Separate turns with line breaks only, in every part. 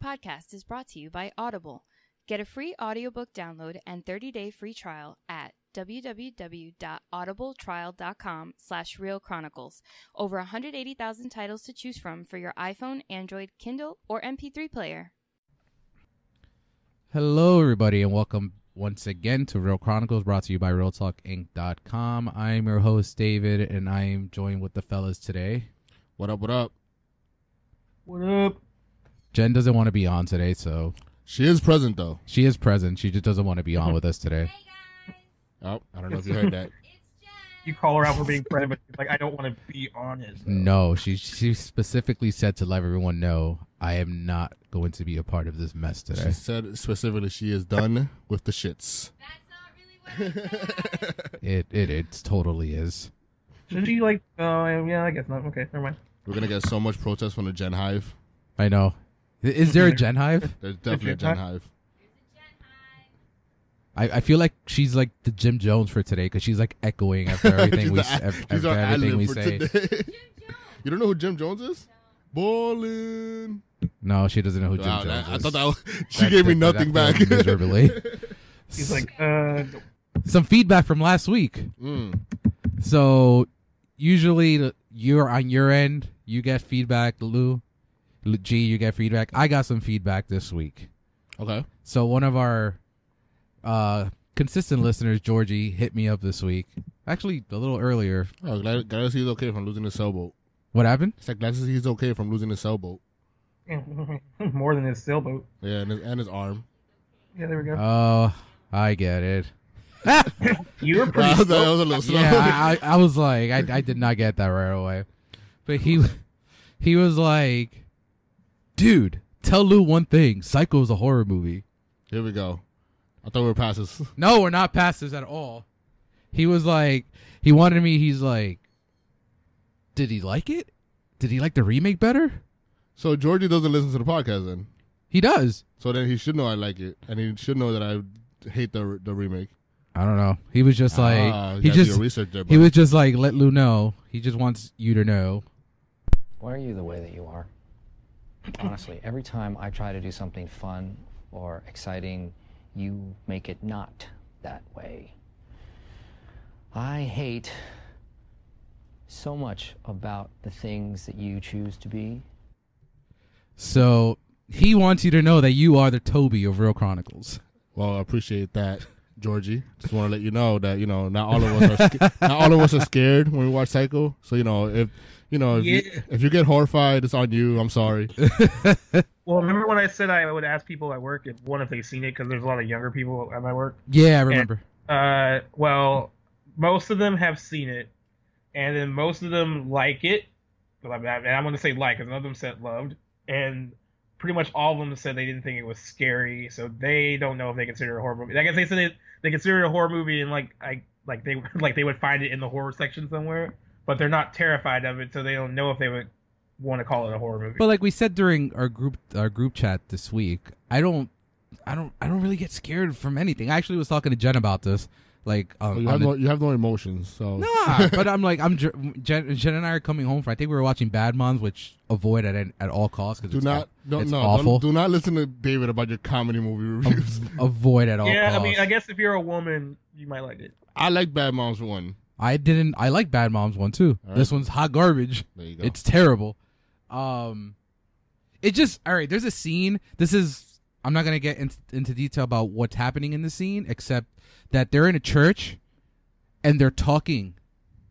podcast is brought to you by Audible. Get a free audiobook download and 30-day free trial at www.audibletrial.com slash realchronicles. Over 180,000 titles to choose from for your iPhone, Android, Kindle, or MP3 player.
Hello, everybody, and welcome once again to Real Chronicles, brought to you by RealTalkInc.com. I am your host, David, and I am joined with the fellas today.
What up? What up?
What up?
Jen doesn't want to be on today, so
She is present though.
she is present. She just doesn't want to be on with us today.
Oh, I don't know if you heard that.
You call her out for being friend, but she's like, I don't want to be honest.
No, she she specifically said to let everyone know I am not going to be a part of this mess
She
today.
said specifically she is done with the shits.
It it it totally is.
Should she like? Oh yeah, I guess not. Okay, never mind.
We're gonna get so much protest from the Gen Hive.
I know. I- Is there a Gen Hive?
There's definitely a Gen
Gen
Hive.
I, I feel like she's like the Jim Jones for today because she's like echoing after everything we
She's
s-
the-
af-
she's
after
our
everything
ad-lib
we
for
say.
today. you don't know who Jim Jones is? Ballin.
No, she doesn't know who Jim
Wow,
Jones
that- I
is.
thought that was, she
That-
gave me
that-
nothing
that
back.
failed miserably.
She's like, uh,
some feedback from last week.
Mm.
So usually the- you're on your end, you get feedback. Lou, Lou- G, you get feedback. I got some feedback this week.
Okay.
So one of our uh, consistent listeners, Georgie, hit me up this week. Actually, a little earlier.
Oh, glad, glad to see he's okay from losing his sailboat.
What happened?
It's like glad to see he's okay from losing his sailboat.
more than his sailboat.
Yeah, and his, and his arm.
Yeah, there we go.
Oh, I get it.
you were pretty.
Wow, that was a little slow.
yeah, I, I, I was like, I, I did not get that right away. But he he was like, dude, tell Lou one thing. Psycho is a horror movie.
Here we go. I thought we were past this.
No, we're not past this at all. He was like, he wanted me, he's like, did he like it? Did he like the remake better?
So Georgie doesn't listen to the podcast then.
He does.
So then he should know I like it, and he should know that I hate the the remake.
I don't know. He was just like,
Ah, you
he
gotta do
just,
your research there,
he
bud.
was just like, let Lou know. He just wants you to know.
Why are you the way that you are? Honestly, every time I try to do something fun or exciting, you make it not that way. I hate so much about the things that you choose to be.
So he wants you to know that you are the Toby of Real Chronicles.
Well, I appreciate that, Georgie. Just want to let you know that you know not all of us are sca- not all of us are scared when we watch Psycho. So you know if you know if,
Yeah.
you, if you get horrified, it's on you. I'm sorry.
Well, remember when I said I would ask people at work if one if they've seen it because there's a lot of younger people at my work.
Yeah, I remember.
Uh, well, most of them have seen it, and then most of them like it. Well, I mean, I- And I'm going to say like, because none of them said loved, and pretty much all of them said they didn't think it was scary, so they don't know if they consider it a horror movie. I guess they said it, they consider it a horror movie, and like I like they like they would find it in the horror section somewhere, but they're not terrified of it, so they don't know if they would want to call it a horror movie.
But like we said during our group our group chat this week, I don't I don't I don't really get scared from anything. I actually was talking to Jen about this. Like um,
Oh,
on
you have
the-
no you have no emotions. So
Nah, but I'm like I'm Jer- Jen, Jen and I are coming home from I think we were watching Bad Moms, which avoid at an- at all costs because
do
it's,
not
aw-
no
it's
no
awful. Um,
Don't, do not listen to David about your comedy movie reviews.
avoid at all
yeah,
costs.
I mean, I guess if you're a woman, you might like it.
I like Bad Moms one.
I didn't. I like Bad Moms one too.
All
This one's hot garbage.
There you go.
It's terrible. Um, it just all right. There's a scene. This is I'm not gonna get in, into detail about what's happening in the scene, except that they're in a church and they're talking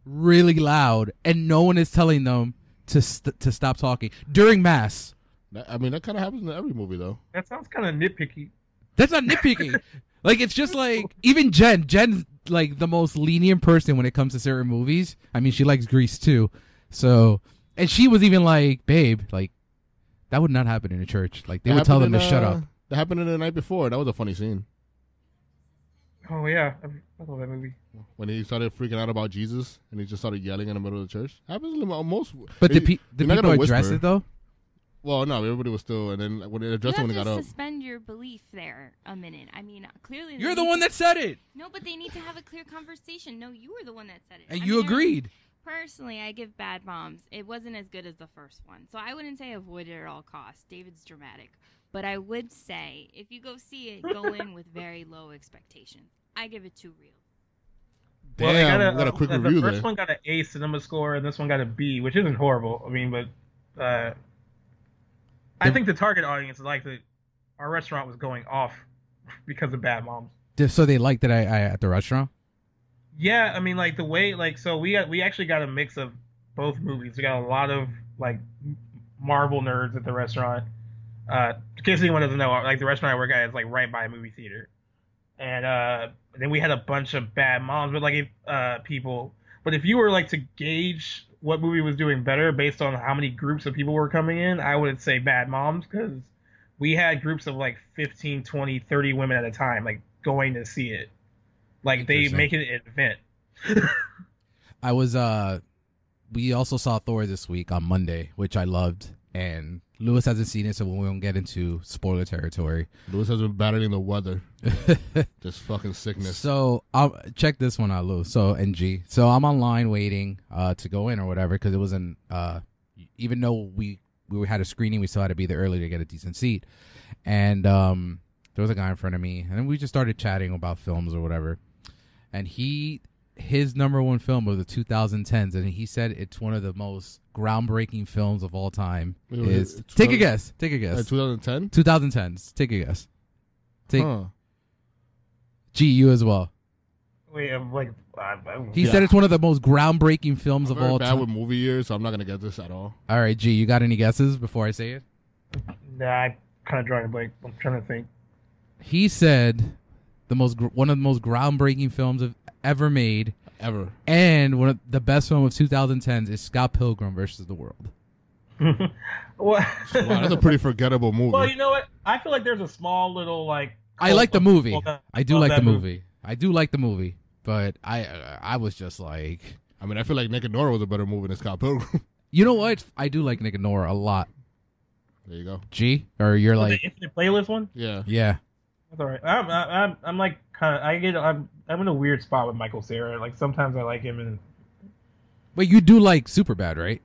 really loud, and no one is telling them to st- to stop talking during mass.
That- I mean that kind of happens in every movie though.
That sounds kind of nitpicky.
That's not nitpicking. like it's just like even Jen. Jen's like the most lenient person when it comes to certain movies. I mean, she likes Grease too. So, and she was even like, "Babe, like that would not happen in a church. Like they
That
would tell them
happened
to
in,
shut
uh,
up."
That happened in the night before. That was a funny scene
Oh yeah, I I love that movie.
when he started freaking out about Jesus and he just started yelling in the middle of the church. Happens in the- most.
But the,
it-
pe- the
you're not
people
gonna
address
whisper.
it though.
Well, no, everybody was still, and then like, when they addressed it
you
when
have
they got
to
up.
suspend your belief there a minute. I mean, clearly they
You're the
need
one
to-
that said it,
No, but they need to have a clear conversation. No, you were the one that said it.
and
I
you
mean, I-
agreed.
Personally, I give bad bombs. It wasn't as good as the first one, so I wouldn't say avoid it at all costs. David's dramatic, But I would say if you go see it, go in with very low expectations. I give it two real.
Damn,
they
we got a quick
uh,
review
The
there.
first one got an A cinema score, and this one got a B, which isn't horrible. I mean, but uh, I
Did-
think the target audience liked it. Our restaurant was going off because of Bad Moms.
Th- So they liked that I, I at the restaurant.
Yeah, I mean, like the way, like, so we got we actually got a mix of both movies. We got a lot of like Marvel nerds at the restaurant. Uh, in case anyone doesn't know, like the restaurant I work at is like right by a movie theater, and uh, then we had a bunch of bad moms, but like if, uh, people. But if you were like to gauge what movie was doing better based on how many groups of people were coming in, I would say Bad Moms because we had groups of like 15, 20, 30 women at a time, like going to see it. Like they
Interesting.
make it an event.
I was uh we also saw Thor this week on Monday, which I loved and Lewis hasn't seen it, so we won't get into spoiler territory.
Lewis has been battling the weather. This fucking sickness.
So I'll check this one out, Lou. So NG. So I'm online waiting uh, to go in or whatever because it wasn't. Uh, even though we we had a screening, we still had to be there early to get a decent seat. And um, there was a guy in front of me, and then we just started chatting about films or whatever. And he his number one film was the 2010s, and he said it's one of the most groundbreaking films of all time.
Wait, wait,
is
it's
take a
2000
guess. Take a
Uh,
guess.
2010?
2010s. Take a guess. Take
Huh.
G you as well.
Wait, I'm like, I'm, I'm-
He
Yeah.
said it's one of the most groundbreaking films
I'm
of
very
all
bad
time.
with movie years, so I'm not gonna get this at all.
All right, G, you got any guesses before I say it?
nah, I kind of drawing a blank. I'm trying to think.
He said the most gr- one of the most groundbreaking films of ever made,
Ever.
and one of the best film of 2010s is Scott Pilgrim versus the World.
Wow,
Well,
that's a pretty forgettable movie.
well, you know what? I feel like there's a small little like.
I like the
cult
movie.
of people
I do
love
like
Oh, that
the movie. I do like the movie, but I uh, I was just like,
I mean, I feel like Nick and Nora was a better movie than Scott Pilgrim.
you know what? I do like Nick and Nora a lot.
there you go.
G, or you're
Was it
like,
the infinite playlist one.
Yeah.
yeah.
That's all right. I'm, I'm, I'm, I'm like kind of. I get. I'm, I'm in a weird spot with Michael Sarah. Like sometimes I like him, and
But you do like Superbad, right?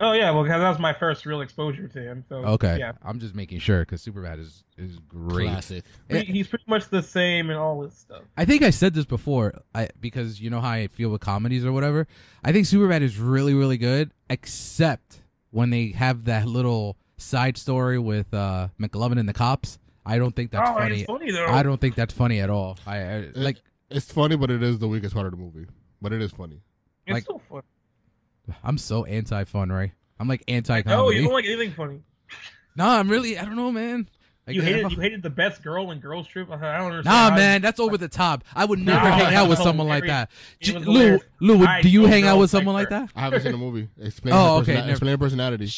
oh yeah, well, because that was my first real exposure to him. So
Okay,
yeah,
I'm just making sure because Superbad is is great.
Classic.
He- he's pretty much the same in all this stuff.
I think I said this before, I because you know how I feel with comedies or whatever. I think Superbad is really, really good, except when they have that little side story with uh, McLovin and the cops. I don't think that's
oh,
funny.
it's funny though.
I don't think that's funny at all. I, I like.
It's funny, but it is the weakest part of the movie. But it is funny.
It's
like-
still funny.
I'm so anti fun, right? I'm like anti
No,
comedy.
Oh, you don't like anything funny.
no, I'm really. I don't know, man. Like,
You hated,
if I-
you hated the best girl in Girls Trip. Uh-huh, I don't understand.
Nah,
how-
man, that's over the top. I would never
No,
hang out with
no,
someone like
Larry,
that.
it
J-
was
Lou,
hilarious.
Lou, would-
I
do you
know
hang out
girls
with someone like that?
like
I haven't seen the movie. Explain.
Oh,
her
okay,
persona-
never-
Explain her personality.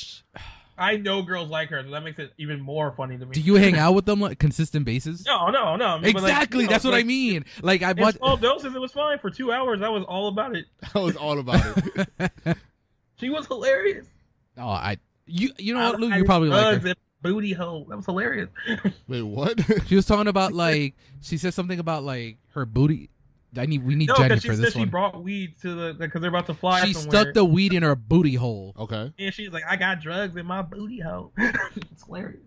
I know girls like her, so that makes it even more funny to me.
Do you hang out with them like consistent basis?
No, no, no. I mean, but, like,
Exactly.
no,
that's what I
like,
mean. Like I
In
bought.
small doses, it was fine for two hours. I was all about it.
That was all about it.
She was hilarious.
Oh, I. You you know what, Lou?
I-
You
I
probably like.
hugged
Her.
that booty hole. That was hilarious.
Wait, what?
She was talking about like she said something about like her booty. I need we need
no,
Jenny
because she
for
said
this
she
one.
brought weed to the because they're about to fly
she
somewhere.
stuck the weed in her booty hole.
okay.
and she's like, "I got drugs in my booty hole." it's hilarious.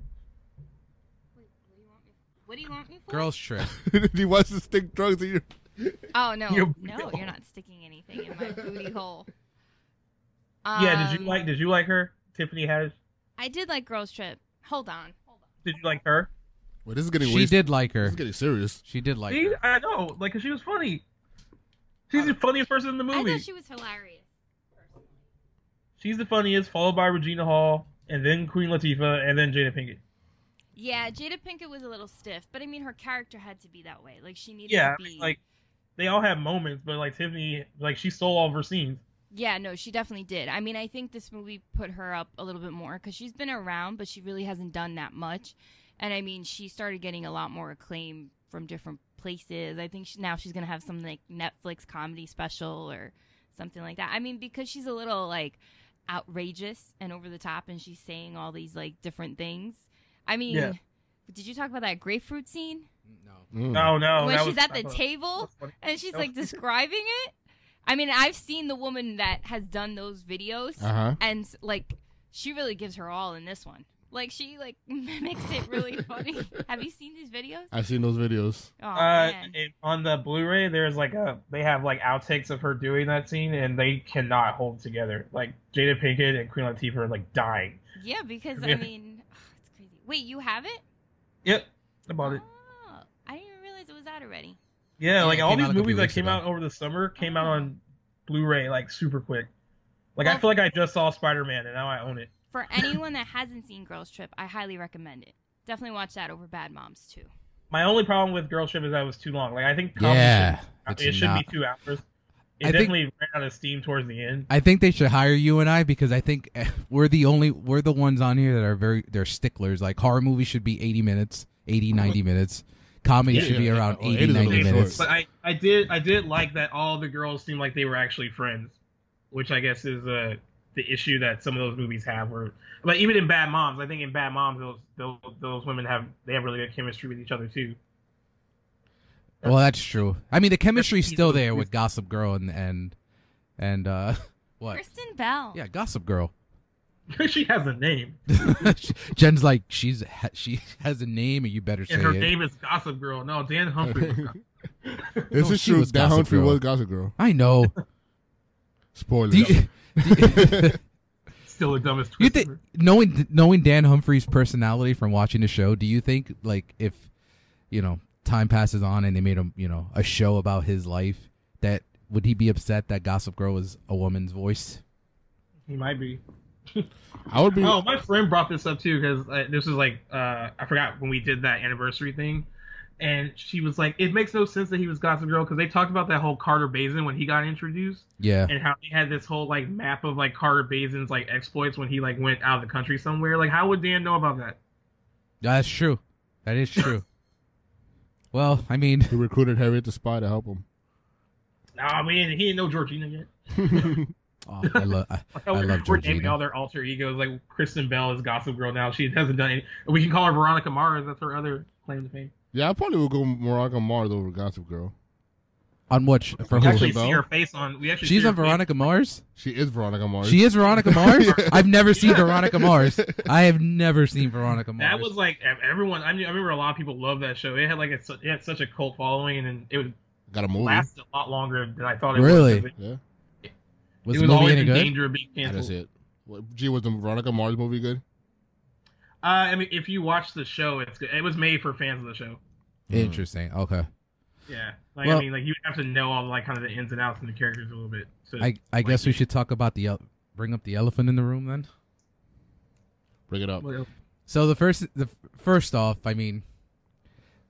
Wait, what do you want me? What do you want me for?
Girls trip.
he wants to stick drugs in your.
Oh no,
Your
no,
booty
you're not sticking anything in my booty hole. Um,
yeah. Did you like? Did you like her? Tiffany Haddish.
I did like Girls Trip. Hold on. Hold on.
Did you like her?
Wait, this is getting.
she
waste-
did like
This
her.
is getting serious.
She did like.
See,
her.
I know, like, 'cause she was funny. She's the funniest person in the
Uh, I
movie.
thought she was hilarious.
She's the funniest, followed by Regina Hall, and then Queen Latifah, and then Jada Pinkett.
Yeah, Jada Pinkett was a little stiff, but I mean, her character had to be that way. Like she needed
Yeah,
to
I
be.
mean, like they all have moments, but like Tiffany, like she stole all of her scenes.
yeah, no, she definitely did. I mean, I think this movie put her up a little bit more because she's been around, but she really hasn't done that much. And I mean, she started getting a lot more acclaim from different places. I think she, now she's gonna have some like Netflix comedy special or something like that. I mean, because she's a little like outrageous and over the top, and she's saying all these like different things. I mean,
Yeah.
did you talk about that grapefruit scene?
Mm.
Hmm.
No, Oh, no,
when
that
she's
was-
at the
that was-
table
that was funny.
and she's
That
like
was-
describing it. I mean, I've seen the woman that has done those videos,
Uh huh.
and like she really gives her all in this one. Like she like mimics it really funny. Have you seen these videos?
I've seen those videos.
Oh
uh,
man.
and on the Blu-ray, there's like a they have like outtakes of her doing that scene, and they cannot hold together. Like Jada Pinkett and Queen Latifah are like dying.
Yeah, because I
Yeah.
mean, it's crazy. Wait, you have it?
Yep, about it.
Oh, I didn't even realize it was out already.
Yeah,
Yeah,
like
it
all
came
these
out a couple
movies that
weeks
came
ago.
out over the summer came out on Blu-ray like super quick. Like I
Well-
feel like I just saw Spider-Man and now I own it.
For anyone that hasn't seen Girls Trip, I highly recommend it. Definitely watch that over Bad Moms too.
My only problem with Girl Trip is that it was too long. Like I think probably
Yeah,
should, it
it's
should
not.
be two hours. It
I think-
definitely ran out of steam towards the end.
I think they should hire you and I because I think eh, we're the only we're the ones on here that are very they're sticklers. Like horror movies should be 80 minutes, 80 90 minutes. Comedy
Yeah,
should be
yeah,
around
yeah.
80 90
Well, it is a little
minutes.
But I, I did I did like that all the girls seemed like they were actually friends, which I guess is uh, the issue that some of those movies have. Where like even in Bad Moms, I think in Bad Moms those those, those women have they have really good chemistry with each other too.
Well, that's true. I mean, the chemistry's still there with Gossip Girl and and and uh what?
Kristen Bell.
Yeah, Gossip Girl.
she has a name,
Jen's like she's ha- she has a name and you better say
and her
it.
name is Gossip Girl. No, Dan Humphrey. was Gossip-
This
No,
is
she
true.
was
Dan
Gossip
Humphrey
Girl.
was Gossip Girl.
I know.
Spoiler.
Do you,
Still the dumbest
you
twist.
think
ever.
knowing knowing Dan Humphrey's personality from watching the show, do you think like if you know time passes on and they made him you know a show about his life that would he be upset that Gossip Girl was a woman's voice?
He might be.
I would be.
Oh, my friend brought this up too because uh, this was like uh, I forgot when we did that anniversary thing, and she was like, "It makes no sense that he was Gossip Girl because they talked about that whole Carter Bazin when he got introduced
Yeah,
and how they had this whole like map of like Carter Bazin's like exploits when he like went out of the country somewhere. Like, how would Dan know about that?
that's true. That is true. well, I mean,
He recruited Harriet the Spy to help him.
Nah, we didn't, he didn't know Georgina yet.
oh, I, lo- I, I
we're,
love
we're naming
Georgina.
all their alter egos. Like Kristen Bell is Gossip Girl now. She hasn't done any. We can call her Veronica Mars. That's her other claim to fame.
Yeah, I probably would go Morocco Mars over Gossip Girl.
On which for
We
who?
actually
Kristen
see
Bell?
her face on. We actually see
She's
her
on
face-
Veronica Mars.
She is Veronica Mars.
She is Veronica Mars. I've never seen Veronica Mars. I have never seen Veronica Mars.
That was like ev- everyone. I, mean, I remember a lot of people loved that show. It had like a, su- it had such a cult following, and it would
got a movie.
last a lot longer than I thought it
Really?
would. 'cause
yeah,
It,
was
it
the
was
movie
always
any
in
good?
danger of being
that is
canceled.
it. What- Gee, was the Veronica Mars movie good?
Uh, I mean, if you watch the show, it's good. It was made for fans of the show.
Hmm. Interesting. Okay.
Yeah, like
Well-
I mean, like you have to know all like kind of the ins and outs and the characters a little bit. So
I I guess we should talk about the el- bring up the elephant in the room then.
Bring it up.
So the first the first off, I mean,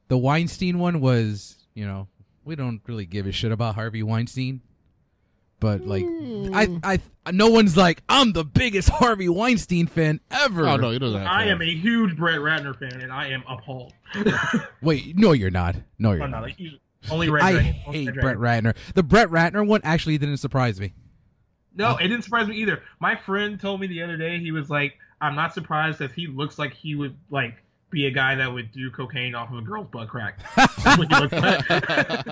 the Weinstein one was you know we don't really give a shit about Harvey Weinstein, but like
Hmm.
I I no one's like I'm the biggest Harvey Weinstein fan ever.
Oh no, it doesn't. Have
I
to.
am a huge Brett Ratner fan, and I am appalled.
Wait, no, you're not. No, you're
I'm
not.
not, like, he's- only Red
I
Dragon. Only
hate
Red
Brett
Dragon.
Ratner. The Brett Ratner one actually didn't surprise me.
No, it didn't surprise me either. My friend told me the other day he was like, "I'm not surprised that he looks like he would like be a guy that would do cocaine off of a girl's butt crack." When he looks back.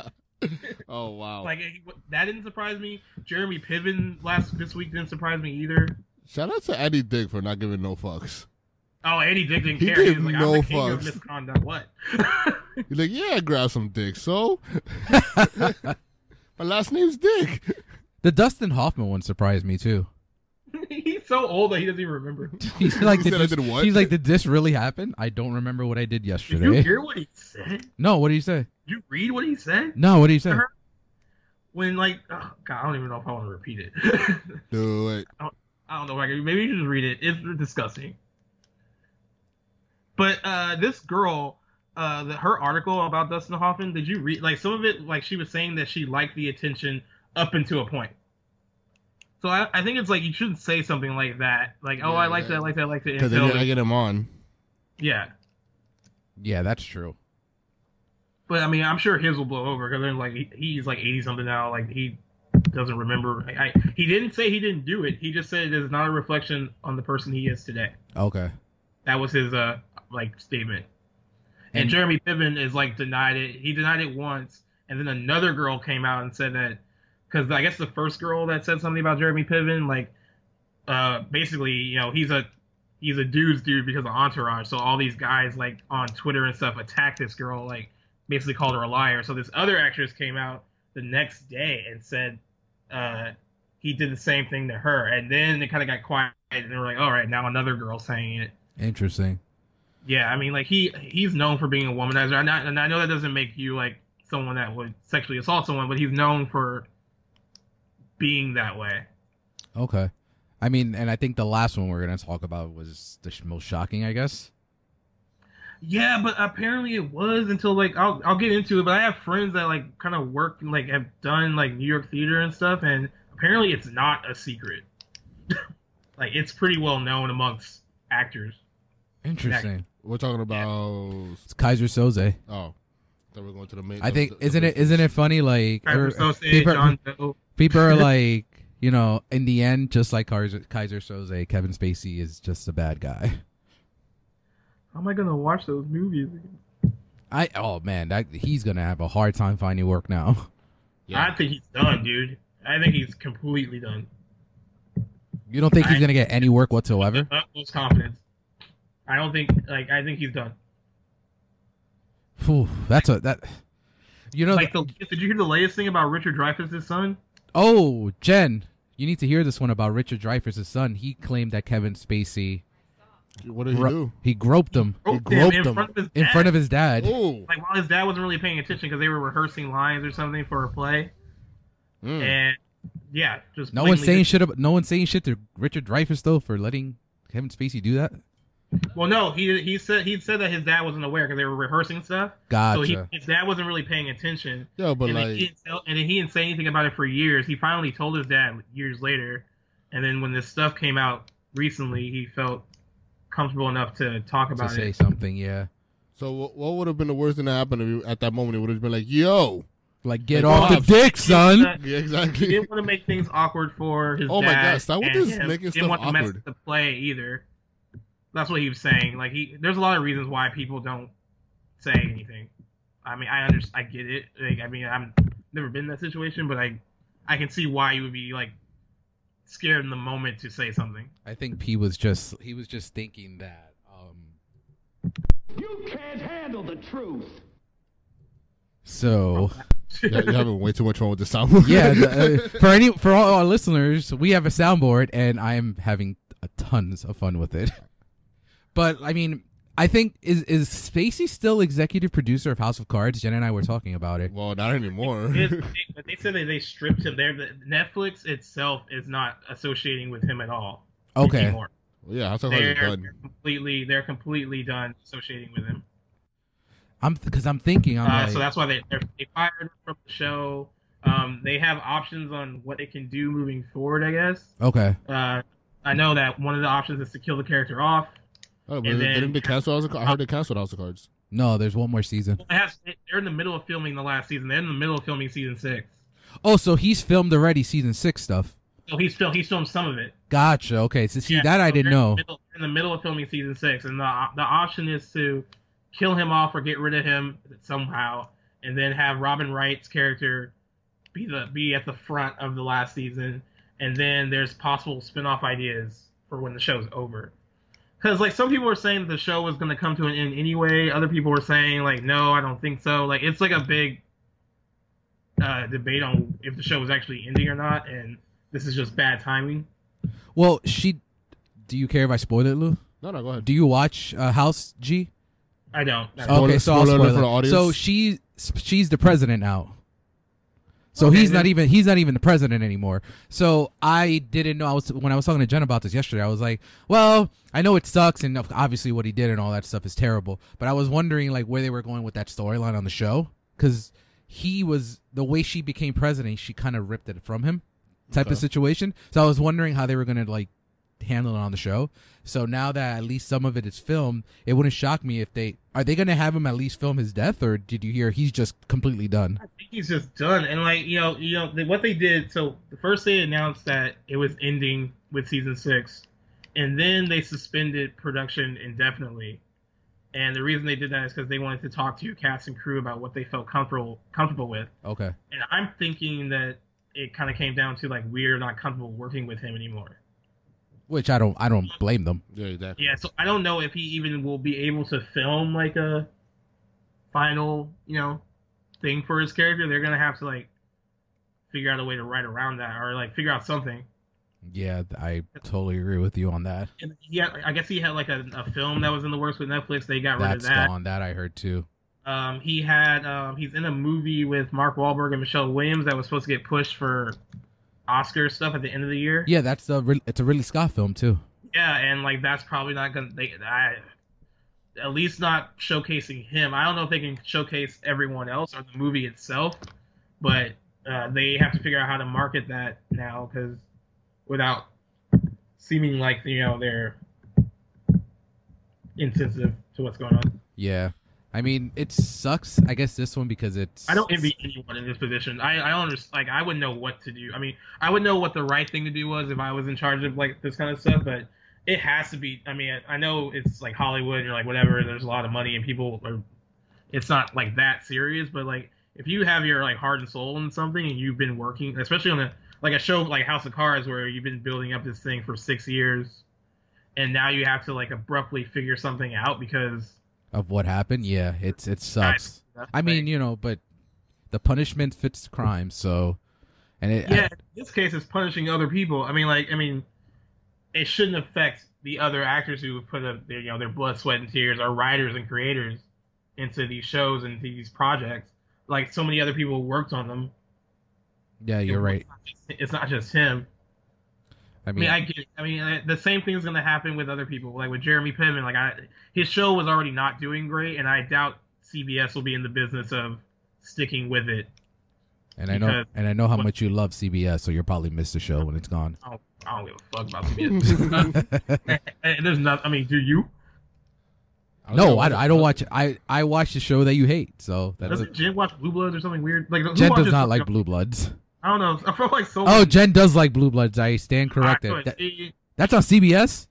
oh wow!
like it- that didn't surprise me. Jeremy Piven last this week didn't surprise me either.
Shout out to Eddie Dick for not giving no fucks.
Oh, Andy Dick didn't
He
care. He
gave
was like,
no
"I'm the king of
fucks.
misconduct." What?
He's like, yeah, I grabbed some dick. So my last name's Dick.
The Dustin Hoffman one surprised me too.
He's so old that he doesn't even remember.
He's like,
He
did
said I
this-
did what?
He's like, did this really happen? I don't remember what I did
Did you
yesterday.
hear what he said? Did
no, what did you say?
you read what he said?
No, what did you say?
Her- When like, oh, God, I don't even know if I want to repeat it.
Do it.
I don't know. if I can- Maybe you should just read it. It's disgusting. But uh, this girl, uh, the, her article about Dustin Hoffman, did you read? Like some of it, like she was saying that she liked the attention up until a point. So I, I think it's like you shouldn't say something like that. Like, oh,
Yeah,
I like
yeah.
that, I like that, I like that.
Because
until-
then I get him on.
yeah.
Yeah, that's true.
But I mean, I'm sure his will blow over because like he, he's like 80 something now. Like he doesn't remember. I, I, he didn't say he didn't do it. He just said it is not a reflection on the person he is today.
Okay.
That was his uh like statement. And,
And-
Jeremy Piven is like denied it. He denied it once, and then another girl came out and said that because I guess the first girl that said something about Jeremy Piven, like, uh, basically, you know, he's a he- he's a dude's dude because of Entourage. So all these guys like on Twitter and stuff attacked this girl, like basically called her a liar. So this other actress came out the next day and said uh, he did the same thing to her, and then it kind of got quiet, and they were like, all right, now another girl saying it.
Interesting.
Yeah, I mean, like he he's known for being a womanizer, and I, and I know that doesn't make you like someone that would sexually assault someone, but he's known for being that way.
Okay. I mean, and I think the last one we are gonna talk about was the sh- most shocking, I guess.
Yeah, but apparently it was until like I'll I'll get into it, but I have friends that like kind of work and, like have done like New York theater and stuff, and apparently it's not a secret. like it's pretty well known amongst actors.
Interesting.
We're talking about.
It's Kaiser Soze.
Oh, that we're going to the main.
I
the-
think
the- the
isn't it
main-
isn't it funny like
Kaiser
er,
Sose,
people,
John Doe.
people are like you know in the end just like Kaiser, Kaiser Soze Kevin Spacey is just a bad guy.
How am I gonna watch those movies? again?
I oh man that he's gonna have a hard time finding work now.
Yeah.
I think he's done, dude. I think he's completely done.
You don't think he's
I-
gonna get any work whatsoever?
Utmost confidence. I don't think like I think he's done.
Phew, that's a that. You know,
Like the, did you hear the latest thing about Richard Dreyfuss's son?
Oh, Jen, you need to hear this one about Richard Dreyfuss' son. He claimed that Kevin Spacey
What did he
gro-
do?
he groped him
Groped him
groped
Oh, in
him
front of his
in
dad.
front of his dad.
Oh,
like while his dad wasn't really paying attention because they were rehearsing lines or something for a play,
mm.
and yeah, just
Hmm. No one's saying
blatantly-
shit. About, no one's saying shit to Richard Dreyfuss though for letting Kevin Spacey do that.
Well, no, he he said he said that his dad wasn't aware because they were rehearsing stuff, so he,
Gotcha.
his dad wasn't really paying attention.
yeah, but
and, then he
like,
didn't tell, and then he didn't say anything about it for years. He finally told his dad years later, and then when this stuff came out recently, he felt comfortable enough to talk
to
about
say
it.
something, yeah.
so what, what would have been the worst thing that happened if you, at that moment? It would have been like, yo,
Like get
Like,
off the
Bob,
dick, son.
But
yeah,
He
exactly.
didn't want to make things awkward for his
Oh my
dad.
God, stop with
and
this
him.
making
Didn't
stuff
want to mess
awkward.
with the play either. That's what he was saying. Like he, there's a lot of reasons why people don't say anything. I mean, I under, I get it. Like, I mean, I'm never been in that situation, but I, I can see why you would be like scared in the moment to say something.
I think he was just he was just thinking that. Um,
You can't handle the truth.
so
yeah, you're having way too much fun with the sound.
yeah, the, uh, for any for all our listeners, we have a soundboard, and I am having a tons of fun with it. But I mean, I think is is Spacey still executive producer of House of Cards? Jen and I were talking about it.
well, not anymore.
It- they- but they said that they stripped him there. but Netflix itself is not associating with him at all.
Okay,
anymore.
yeah, how's that
They're,
Oh, done?
they're completely, they're completely done associating with him.
I'm because I'm thinking I'm
Uh,
like,
so that's why they they're, they fired him from the show. Um, they have options on what it can do moving forward. I guess.
okay.
Uh, I know that one of the options is to kill the character off.
Oh, but
and then-
didn't they cancel House of Cards? I heard they canceled House of Cards.
No, there's one more season.
They have, they're in the middle of filming the last season. They're in the middle of filming season six.
Oh, so he's filmed already season six stuff.
So he's still he's filmed some of it.
Gotcha. Okay, so see
Yeah,
that I
so
didn't
they're in the
know.
middle- they're in the middle of filming season six, and the the option is to kill him off or get rid of him somehow, and then have Robin Wright's character be the be at the front of the last season, and then there's possible spin-off ideas for when the show's over. Because like some people were saying that the show was going to come to an end anyway, other people were saying like no, I don't think so. Like it's like a big uh, debate on if the show was actually ending or not, and this is just bad timing.
Well, she. Do you care if I spoil it, Lou?
No, no, go ahead.
Do you watch uh, House G?
I don't. I don't.
Spoiler-
okay, so I'll
spoiler
spoil
alert for
it.
the audience.
So she she's the president now. So
Okay,
he's
then-
not even he's not even the president anymore. So I didn't know I was when I was talking to Jen about this yesterday. I was like, well, I know it sucks, and of- obviously what he did and all that stuff is terrible. But I was wondering like where they were going with that storyline on the show because he was the way she became president. She kind of ripped it from him, type
Okay.
of situation. So I was wondering how they were gonna like handle it on the show. So now that at least some of it is filmed, it wouldn't shock me if they are they going to have him at least film his death, or did you hear he's just completely done?
I think he's just done. And like you know, you know th- what they did. So the first they announced that it was ending with season six, and then they suspended production indefinitely. And the reason they did that is because they wanted to talk to cast and crew about what they felt comfortable comfortable with.
Okay,
And I'm thinking that it kind of came down to like we're not comfortable working with him anymore.
which I don't I don't blame them.
Yeah, exactly.
Yeah, so I don't know if he even will be able to film like a final, you know, thing for his character. They're gonna have to like figure out a way to write around that or like figure out something.
Yeah, I totally agree with you on that.
And yeah, I guess he had like a, a film that was in the works with Netflix. They got rid
That's
of that.
gone. That I heard too.
Um, he had um, he's in a movie with Mark Wahlberg and Michelle Williams that was supposed to get pushed for Oscar stuff at the end of the year.
Yeah, that's a Rid- it's a Ridley Scott film too.
Yeah, and like that's probably not gonna. They, I, at least not showcasing him. I don't know if they can showcase everyone else or the movie itself, but uh, they have to figure out how to market that now because without seeming like you know they're insensitive to what's going on.
Yeah, I mean it sucks. I guess this one because it's
I don't envy anyone in this position. I I don't understand. Like I would know what to do. I mean, I would know what the right thing to do was if I was in charge of like this kind of stuff. But it has to be. I mean, I, I know it's like Hollywood. You're like whatever. There's a lot of money and people are. It's not like that serious, but like if you have your like heart and soul in something and you've been working, especially on a like a show like House of Cards where you've been building up this thing for six years, and now you have to like abruptly figure something out because
of what happened. Yeah, it's it sucks.
that's
I
like-
mean, you know, but the punishment fits the crime. So, and it
yeah, in this case, it's punishing other people. I mean, like, I mean, it shouldn't affect the other actors who put up their, you know, their blood, sweat, and tears, or writers and creators into these shows and these projects. Like so many other people worked on them.
yeah, you're right.
It's not just him.
I
I
mean,
mean, I get. It. I mean, I- the same thing's gonna happen with other people. Like with Jeremy Piven, like I, his show was already not doing great, and I doubt CBS will be in the business of sticking with it.
and I know
because-
and I know how much you love CBS, so you'll probably miss the show when it's gone.
I don't, I don't give a fuck about CBS. and Eh, there's not. I mean, do you?
No, I, I don't watch. I I watch the show that you hate. So that's
Doesn't
it.
Jen watch Blue Bloods or something weird? Like who
Jen does
watches-
not like Blue Bloods.
I don't know. I feel like so.
Oh, Jen does like Blue Bloods. I stand corrected.
Alright,
That-
so it-
that's on CBS.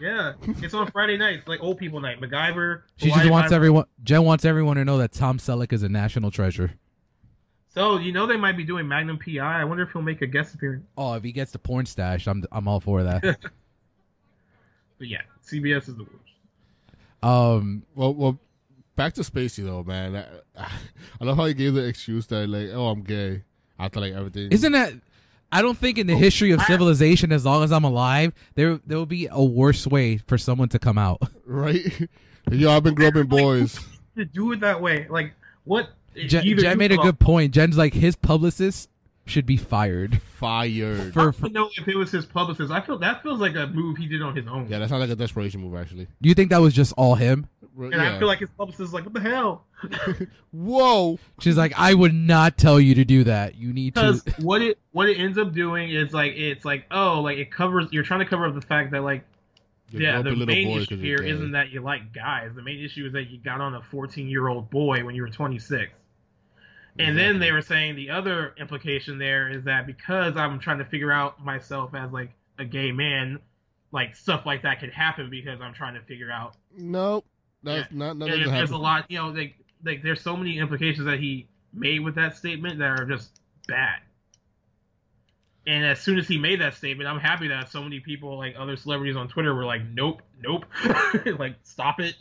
yeah, it's on Friday nights, like old people night. MacGyver.
She
Hawaii
just wants
Five-O.
everyone. Jen wants everyone to know that Tom Selleck is a national treasure.
So you know they might be doing Magnum PI. I wonder if he'll make a guest appearance.
Oh, if he gets the porn stash, I'm I'm all for that.
But yeah, CBS is the worst.
um,
Well, well, back to Spacey though, man. I, I love how he gave the excuse that like, oh, I'm gay. After like everything,
isn't that? I don't think in the history of civilization, as long as I'm alive, there there will be a worse way for someone to come out.
right? Yo, I've been groping boys.
To do it that way, like what?
Jen,
either
Jen
you-
made a
well,
good point. Jen's like his publicist should be fired.
Fired.
I
For, for
don't know if it was his publicist. I feel that feels like a move he did on his own.
Yeah, that sounds like a desperation move, actually.
you think that was just all him?
Right,
and
yeah.
I feel like his publicist is like, what the hell?
whoa.
She's like, I would not tell you to do that. You need to.
because what it what it ends up doing is like it's like oh like it covers you're trying to cover up the fact that like
You're
yeah the
groping little
main
boys
issue
'cause you're
here
gay.
isn't that you like guys the main issue is that you got on a 14 year old boy when you were 26 and then they were saying the other implication there is that because I'm trying to figure out myself as like a gay man like stuff like that could happen because I'm trying to figure out
Nope. That's
Yeah.
not. That
and
doesn't
there's a
happen.
lot you know like like there's so many implications that he made with that statement that are just bad and as soon as he made that statement i'm happy that so many people like other celebrities on twitter were like nope nope like stop it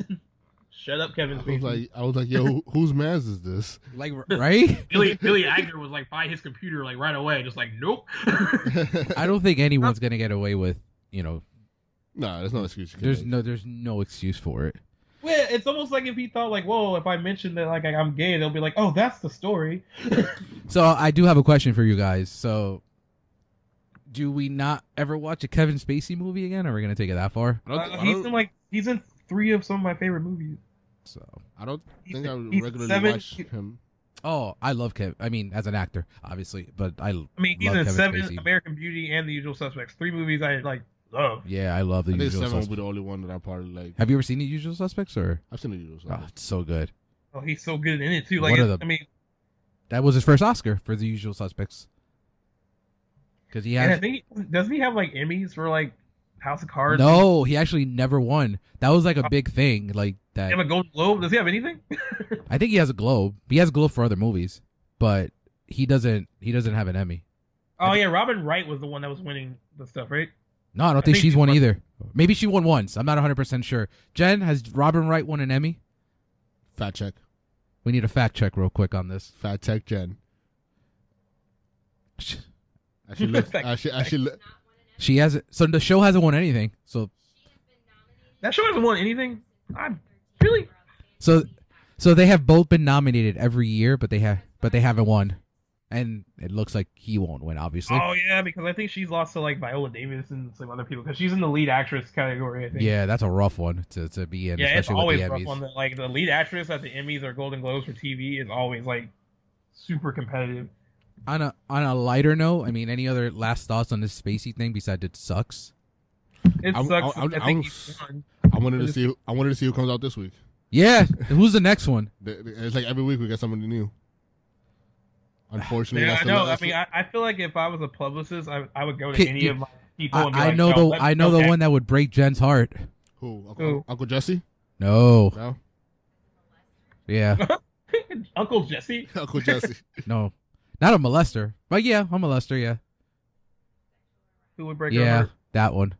shut up kevin
I was
Spacey.
like, I was like, yo, who, whose man's is this?
like right?
billy billy agner was like by his computer like right away just like nope
I don't think anyone's gonna get away with you know.
no, there's no excuse. you can
There's
make.
no there's no excuse for it.
well it's almost like if he thought like whoa if i mentioned that like i'm gay they'll be like oh that's the story
So I do have a question for you guys. So do we not ever watch a Kevin Spacey movie again? Are we gonna take it that far?
I don't,
Uh,
I
he's
don't,
in like he's in three of some of my favorite movies
So
I don't think I
he's
regularly
seven-
watch him.
oh, I love Kevin. I mean, as an actor, obviously, but I I
I mean, he's
love
in
Kevin
Seven,
Spacey.
American Beauty, and The Usual Suspects. Three movies I like love.
yeah, I love the
I think
Usual
seven will
Suspects.
be the only one that I probably like.
Have you ever seen the Usual Suspects? Or
I've seen the usual.
oh, it's so good.
Oh, he's so good in it too. Like,
What are
it's-
the-
I mean,
That was his first Oscar for the Usual Suspects. Because he
and I
has
think doesn't he have like Emmys for like House of Cards?
no, he actually never won. That was like a big thing. Like that.
Does he have a Golden Globe? Does he have anything?
I think he has a globe. He has a globe for other movies, but he doesn't. He doesn't have an Emmy.
oh yeah, Robin Wright was the one that was winning the stuff, right?
No, I don't think,
think
she's
she's
won
won-
either. Maybe she won once. I'm not 100% sure. Jen, has Robin Wright won an Emmy?
Fat check.
We need a fact check real quick on this.
Fat check Jen. I should look. I should. I should look.
She hasn't. So the show hasn't won anything. So
That show hasn't won anything. I really.
so so they have both been nominated every year, but they have but they haven't won. And it looks like he won't win, obviously.
Oh yeah, because I think she's lost to like Viola Davis and some other people because she's in the lead actress category. I think.
yeah, that's a rough one to, to be in,
Yeah, it's
especially
always
with the
rough
Emmys.
on the like the lead actress at the Emmys or Golden Globes for TV is always like super competitive.
On a on a lighter note, I mean, any other last thoughts on this Spacey thing besides it sucks?
It
I'm-
sucks. i
I'm- I'm-
think he's done.
I wanted to see. I wanted to see who comes out this week.
Yeah, who's the next one?
The- the- It's like every week we get somebody new. Unfortunately,
Yeah,
that's
I
the
know. I
last-
mean, I, I feel like if I was a publicist, I, I would go to
Kid-
any
you-
of my people.
I,
and be
I
like,
know
"Yo,
the
let's
I know
go
the
act."
one that would break Jen's heart.
who? Uncle,
Who?
Uncle Jesse?
No,
No,
yeah,
Uncle Jesse.
Uncle Jesse.
no, not a molester, but yeah, a molester. Yeah,
Who would break
yeah,
her? heart?
that one.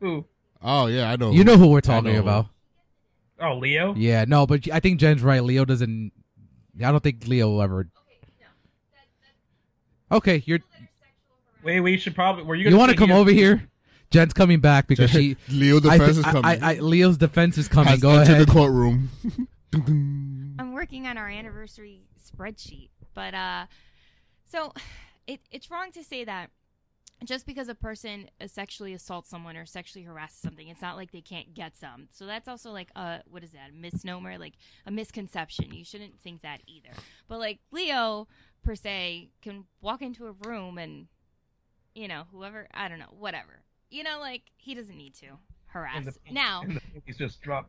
Who?
Oh yeah, I know.
You
who.
know who we're talking
know.
about.
Oh, Leo.
Yeah, no, but I think Jen's right. Leo doesn't. I don't think Leo will ever. Okay, you're.
Wait, we should probably. Were you?
You
gonna
want to
say
come
here-
over here? Jen's coming back because she.
Leo the
I thi-
Fez is
I-
coming.
I, I, Leo's defense is coming.
Has
Go
entered
ahead.
the courtroom. Dun, dun.
I'm working on our anniversary spreadsheet, but uh, so it, it's wrong to say that just because a person sexually assaults someone or sexually harasses something, it's not like they can't get some. So that's also like a what is that? A misnomer, like a misconception. You shouldn't think that either. But like Leo per se can walk into a room and you know whoever I don't know whatever you know like he doesn't need to harass
And the-
now.
and the pinkies just dropped.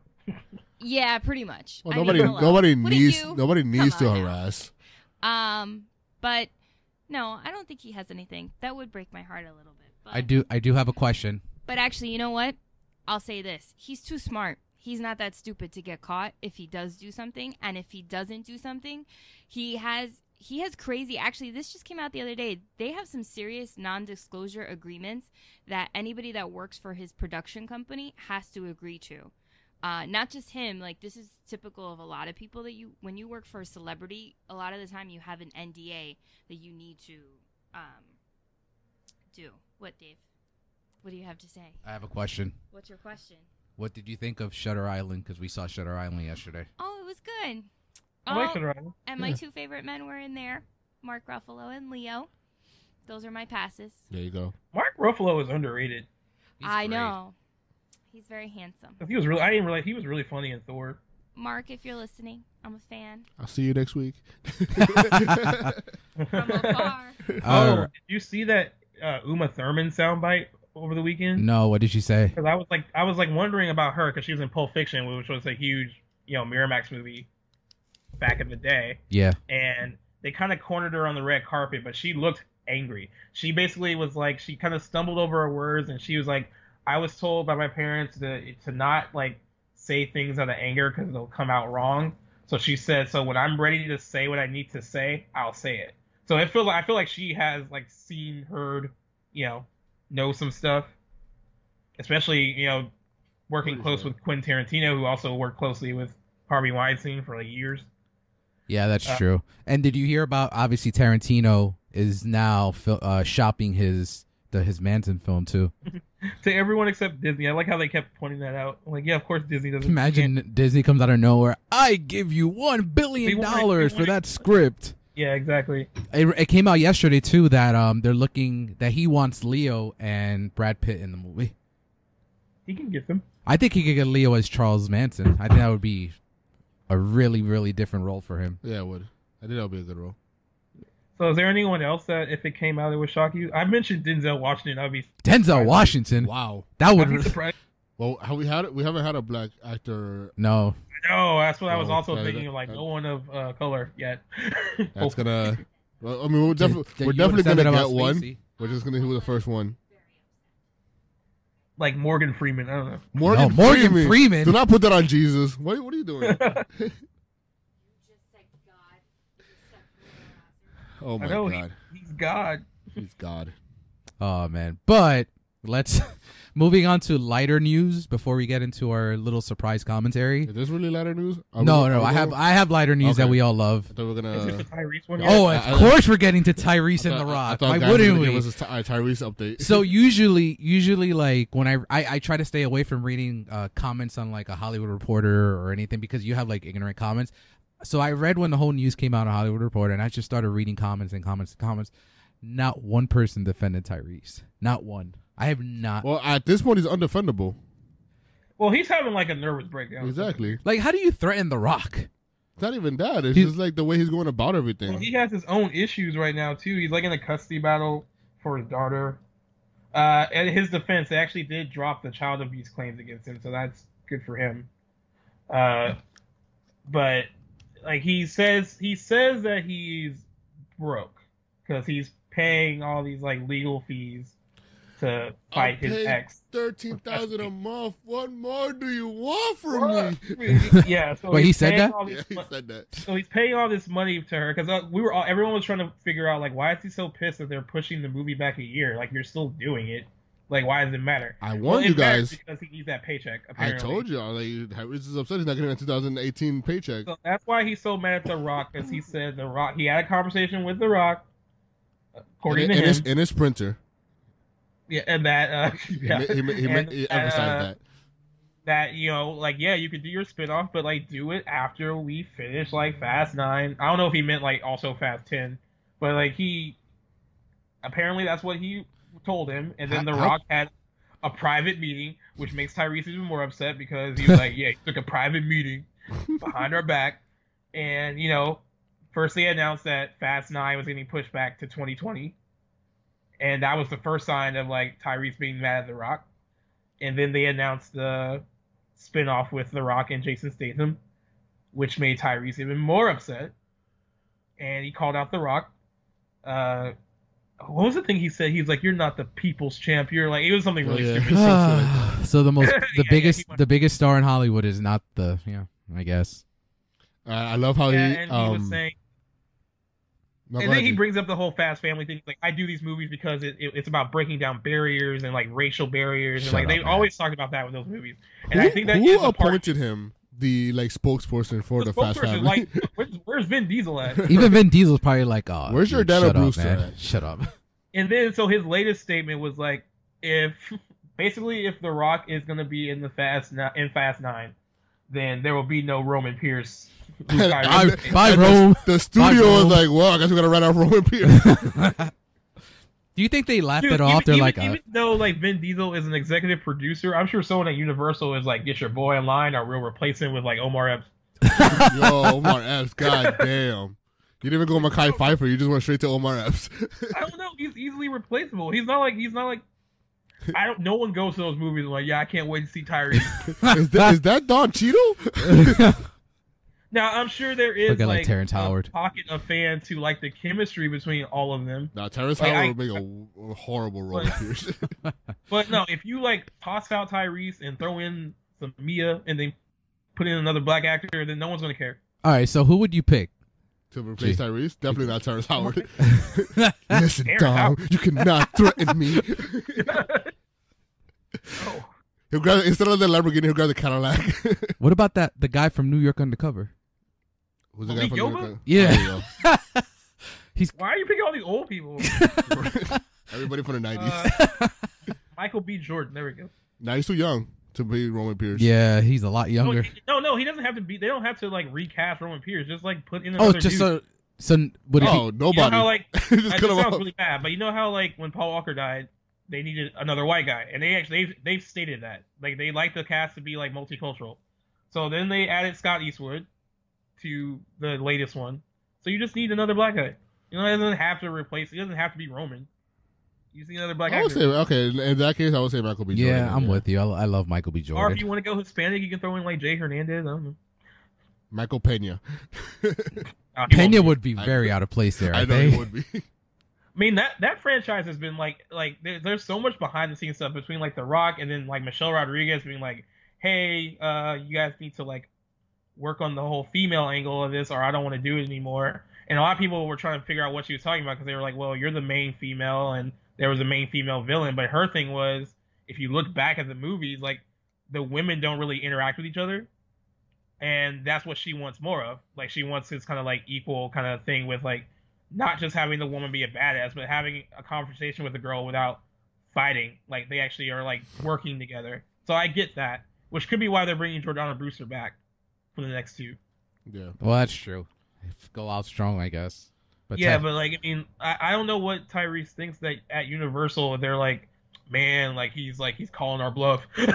Yeah, pretty much.
Well,
I mean,
nobody,
hello.
nobody
Wouldn't
needs,
you?
nobody needs to
on now.
harass.
Um, but no, I don't think he has anything. That would break my heart a little bit. But,
I do. I do have a question.
But actually, you know what? I'll say this: he's too smart. He's not that stupid to get caught if he does do something, and if he doesn't do something, he has he has crazy. Actually, this just came out the other day. They have some serious non-disclosure agreements that anybody that works for his production company has to agree to. Uh, not just him. Like this is typical of a lot of people that you when you work for a celebrity, a lot of the time you have an NDA that you need to um, do. What, Dave? What do you have to say?
I have a question.
What's your question?
What did you think of Shutter Island? Because we saw Shutter Island yesterday.
Oh, it was good.
I like
Oh,
Shutter Island.
and my two favorite men were in there, Mark Ruffalo and Leo. Those are my passes.
There you go.
Mark Ruffalo is underrated.
He's
I
great.
know. He's very handsome.
'Cause He was really. I didn't realize he was really funny in Thor.
Mark, if you're listening, I'm a fan
I'll see you next week.
from afar.
All
Oh,
right.
did you see that uh, Uma Thurman soundbite over the weekend?
No, what did she say?
Because I was like, I was like wondering about her because she was in Pulp Fiction, which was a huge, you know, Miramax movie back in the day,
Yeah.
and they kind of cornered her on the red carpet, but she looked angry. She basically was like, she kind of stumbled over her words, and she was like, I was told by my parents to to not like say things out of anger because they'll come out wrong. So she said, so when I'm ready to say what I need to say, I'll say it. So it feels like I feel like she has like seen, heard, you know, know some stuff. Especially you know, working close with Quentin Tarantino, who also worked closely with Harvey Weinstein for like years.
Yeah, that's
Uh,
true. And did you hear about obviously Tarantino is now fil- uh, shopping his the his Manson film too?
To everyone except Disney, I like how they kept pointing that out. Like, yeah, of course Disney doesn't.
Imagine Disney comes out of nowhere. I give you one billion
We want it,
dollars
we
for
want it."
that script.
Yeah, exactly.
It, it came out yesterday too that um they're looking that he wants Leo and Brad Pitt in the movie.
He can get them.
I think he could get Leo as Charles Manson. I think that would be a really really different role for him.
yeah, I would. I think that would be a good role.
So is there anyone else that if it came out it would shock you? I mentioned Denzel Washington. I'd be
Denzel Washington.
Wow.
That
I'd be
would
surprised.
Well, have we had we haven't had a black actor.
no.
No, that's what I was
Oh,
also
that-
thinking. of, Like
that-
no one of uh, color yet.
That's gonna. Well, I mean, we're, defi-
Did- did
we're
you
definitely
understand
gonna
that
get
about
one.
Spacey?
We're just gonna who the first one.
like Morgan Freeman. I don't know.
Morgan,
No, Morgan Freeman.
Do not put that on Jesus. What, what are you doing? oh
I
my
know he-
God,
he's God.
Oh he's God.
Oh man, but Let's moving on to lighter news before we get into our little surprise commentary.
Is this really latter news? Are
No,
we- are
no,
we
I have
going-
I have lighter news that
Okay.
we all love.
I thought we were
Is this
gonna.
the Tyrese one?
Oh,
I-
of
I-
course we're getting to Tyrese
I
and The
thought- I
Rock.
thought
Why
guys were
wouldn't
gonna
we?
Give us a Ty- a Tyrese update.
so usually usually like when I, I i try to stay away from reading uh comments on like a hollywood reporter or anything because you have like ignorant comments so i read when the whole news came out on hollywood reporter and i just started reading comments and comments and comments not one person defended tyrese not one i have not
well, at this point, he's undefendable.
Well, he's having like a nervous breakdown.
Exactly.
like how do you threaten the rock
It's not even that. It's
He's-
just like the way he's going about everything.
Well, he has his own issues right now too. He's like in a custody battle for his daughter. Uh, and his defense, they actually did drop the child abuse claims against him, so that's good for him. Uh, but like he says, he says that he's broke because he's paying all these like legal fees to fight
I
his
paid
ex.
Thirteen thousand a month. What more do you want from me?
yeah. So
Wait, he
he's
said
paying
that?
all these
Yeah, he
mon-
said that.
so he's paying all this money to her because uh, we were all everyone was trying to figure out like why is he so pissed that they're pushing the movie back a year? Like you're still doing it. Like why does it matter?
I warned
Well, it
you
matters
guys.
because he needs that paycheck.
I
Apparently.
told you. I was Like, Tyrese is upset. He's not getting a 2018 paycheck.
So that's why he's so mad at The Rock because he said The Rock. He had a conversation with The Rock, according
in,
to
in
him.
his, in his printer,
yeah, and that uh,
he,
yeah,
ma- he, ma- he, ma-
and
he
that, uh,
emphasized that.
that you know like yeah you could do your spin-off but like do it after we finish like fast nine i don't know if he meant like also fast 10 but like he apparently that's what he told him and then
How-
the
how-
rock had a private meeting which makes tyrese even more upset because he's like yeah he took a private meeting behind our back and you know first they announced that fast nine was getting pushed back to 2020 and that was the first sign of like tyrese being mad at the rock and then they announced the spin-off with The Rock and Jason Statham, which made Tyrese even more upset. And he called out The Rock. Uh, what was the thing he said? He's like, "You're not the people's champ. You're like," it was something really
Oh, yeah.
stupid.
so the most
Yeah,
the
yeah,
biggest
he went-
the biggest star in hollywood is not the yeah i guess
Uh, I love how
Yeah,
he.
and he
um,
was saying,
no, go
and then
ahead,
he
G.
brings up the whole Fast Family thing. He's Like, I do these movies because it, it- it's about breaking down barriers and like racial barriers,
Shut
and like
up,
they
man.
always talked about that with those movies. And
who,
I think that
who
is a part
appointed him the like spokesperson for the,
the
Fast
spokesperson.
Family?
Like, where's, where's Vin Diesel at?
even vin diesel's probably like oh
Where's your
dude,
Dana
shut up,
Brewster
man.
at?
shut up
and then so his latest statement was like if basically if the rock is going to be in the fast Ni- in fast 9 then there will be no roman pierce who's Kyrie.
I-
And-
bye,
and the-
Rome.
The, studio
Bye,
was
Rome.
like, "Well, I guess we gotta write out Roman Pierce."
do you think they laughed
Dude,
it off they're
even,
like
even,
uh,
even though like Vin Diesel is an executive producer, I'm sure someone at Universal is like, "Get your boy in line, or we'll replace him with like Omar Epps."
Yo, Omar Epps, goddamn! You didn't even go Mackay Pfeiffer. You just went straight to Omar Epps.
I don't know. He's easily replaceable. He's not like he's not like. I don't. No one goes to those movies and like, yeah, I can't wait to see Tyrese.
is, that, is that Don Cheeto?
now I'm sure there is
Look at, like, Terrence
a
Howard.
pocket of fans who like the chemistry between all of them.
nah, Terrence
Like,
Howard
I-
would make a, a horrible Roman
Like-
Pierce.
But no, if you like toss out Tyrese and throw in some Mia and then put in another black actor, then no one's gonna care.
all right so who would you pick
to replace
Gee.
Tyrese, definitely not Terrence Howard. Listen,
Terrence
Dom, you cannot threaten me.
Oh,
he'll grab instead of the Lamborghini, he'll grab the Cadillac.
What about that the guy from New York Undercover?
Who's
Malik
from
Yoba?
New York?
Yeah.
There you go.
why are you picking all these old people?
Everybody from the nineties.
Uh, Michael B. Jordan. There we go.
now he's too young to be Roman Pierce.
Yeah, he's a lot
No,
younger.
he- no, no, he doesn't have to be. They don't have to like recast Roman Pierce. Just like put in
Oh,
another
just so
dude.
so would it be,
Oh,
you know
nobody.
how like
Just
that
cut him
just sounds
off.
really bad, but you know how like when Paul Walker died, they needed another white guy, and they actually they've, they've stated that like they like the cast to be like multicultural. So then they added Scott Eastwood to the latest one. So you just need another black guy. You know, it doesn't have to replace. It doesn't have to be Roman. You just need another black
I would
actor.
say okay. in- In that case, I would say Michael B. Jordan.
yeah, I'm with you. I, lo- I love Michael B.
or if
Jordan.
you want to go Hispanic, you can throw in like Jay Hernandez. I don't know.
Michael Pena.
Uh, he won't
Pena
be.
would be
I-
very out of place there.
I
I
know he
think.
would be.
I mean that that franchise has been like like there, there's so much behind the scenes stuff between like The Rock and then like Michelle Rodriguez being like, hey, uh, you guys need to like work on the whole female angle of this, or I don't want to do it anymore. And a lot of people were trying to figure out what she was talking about because they were like, well, you're the main female, and there was a main female villain, but her thing was if you look back at the movies, like the women don't really interact with each other, and that's what she wants more of. Like she wants this kind of like equal kind of thing with like not just having the woman be a badass, but having a conversation with the girl without fighting. Like they actually are like working together. So I get that, which could be why they're bringing Jordana Brewster back for the next two.
Yeah.
Well, that's true. Go out strong, I guess. But
yeah,
Ty-
but like I mean, I, I don't know what Tyrese thinks that at Universal they're like, man, like he's like he's calling our bluff. like,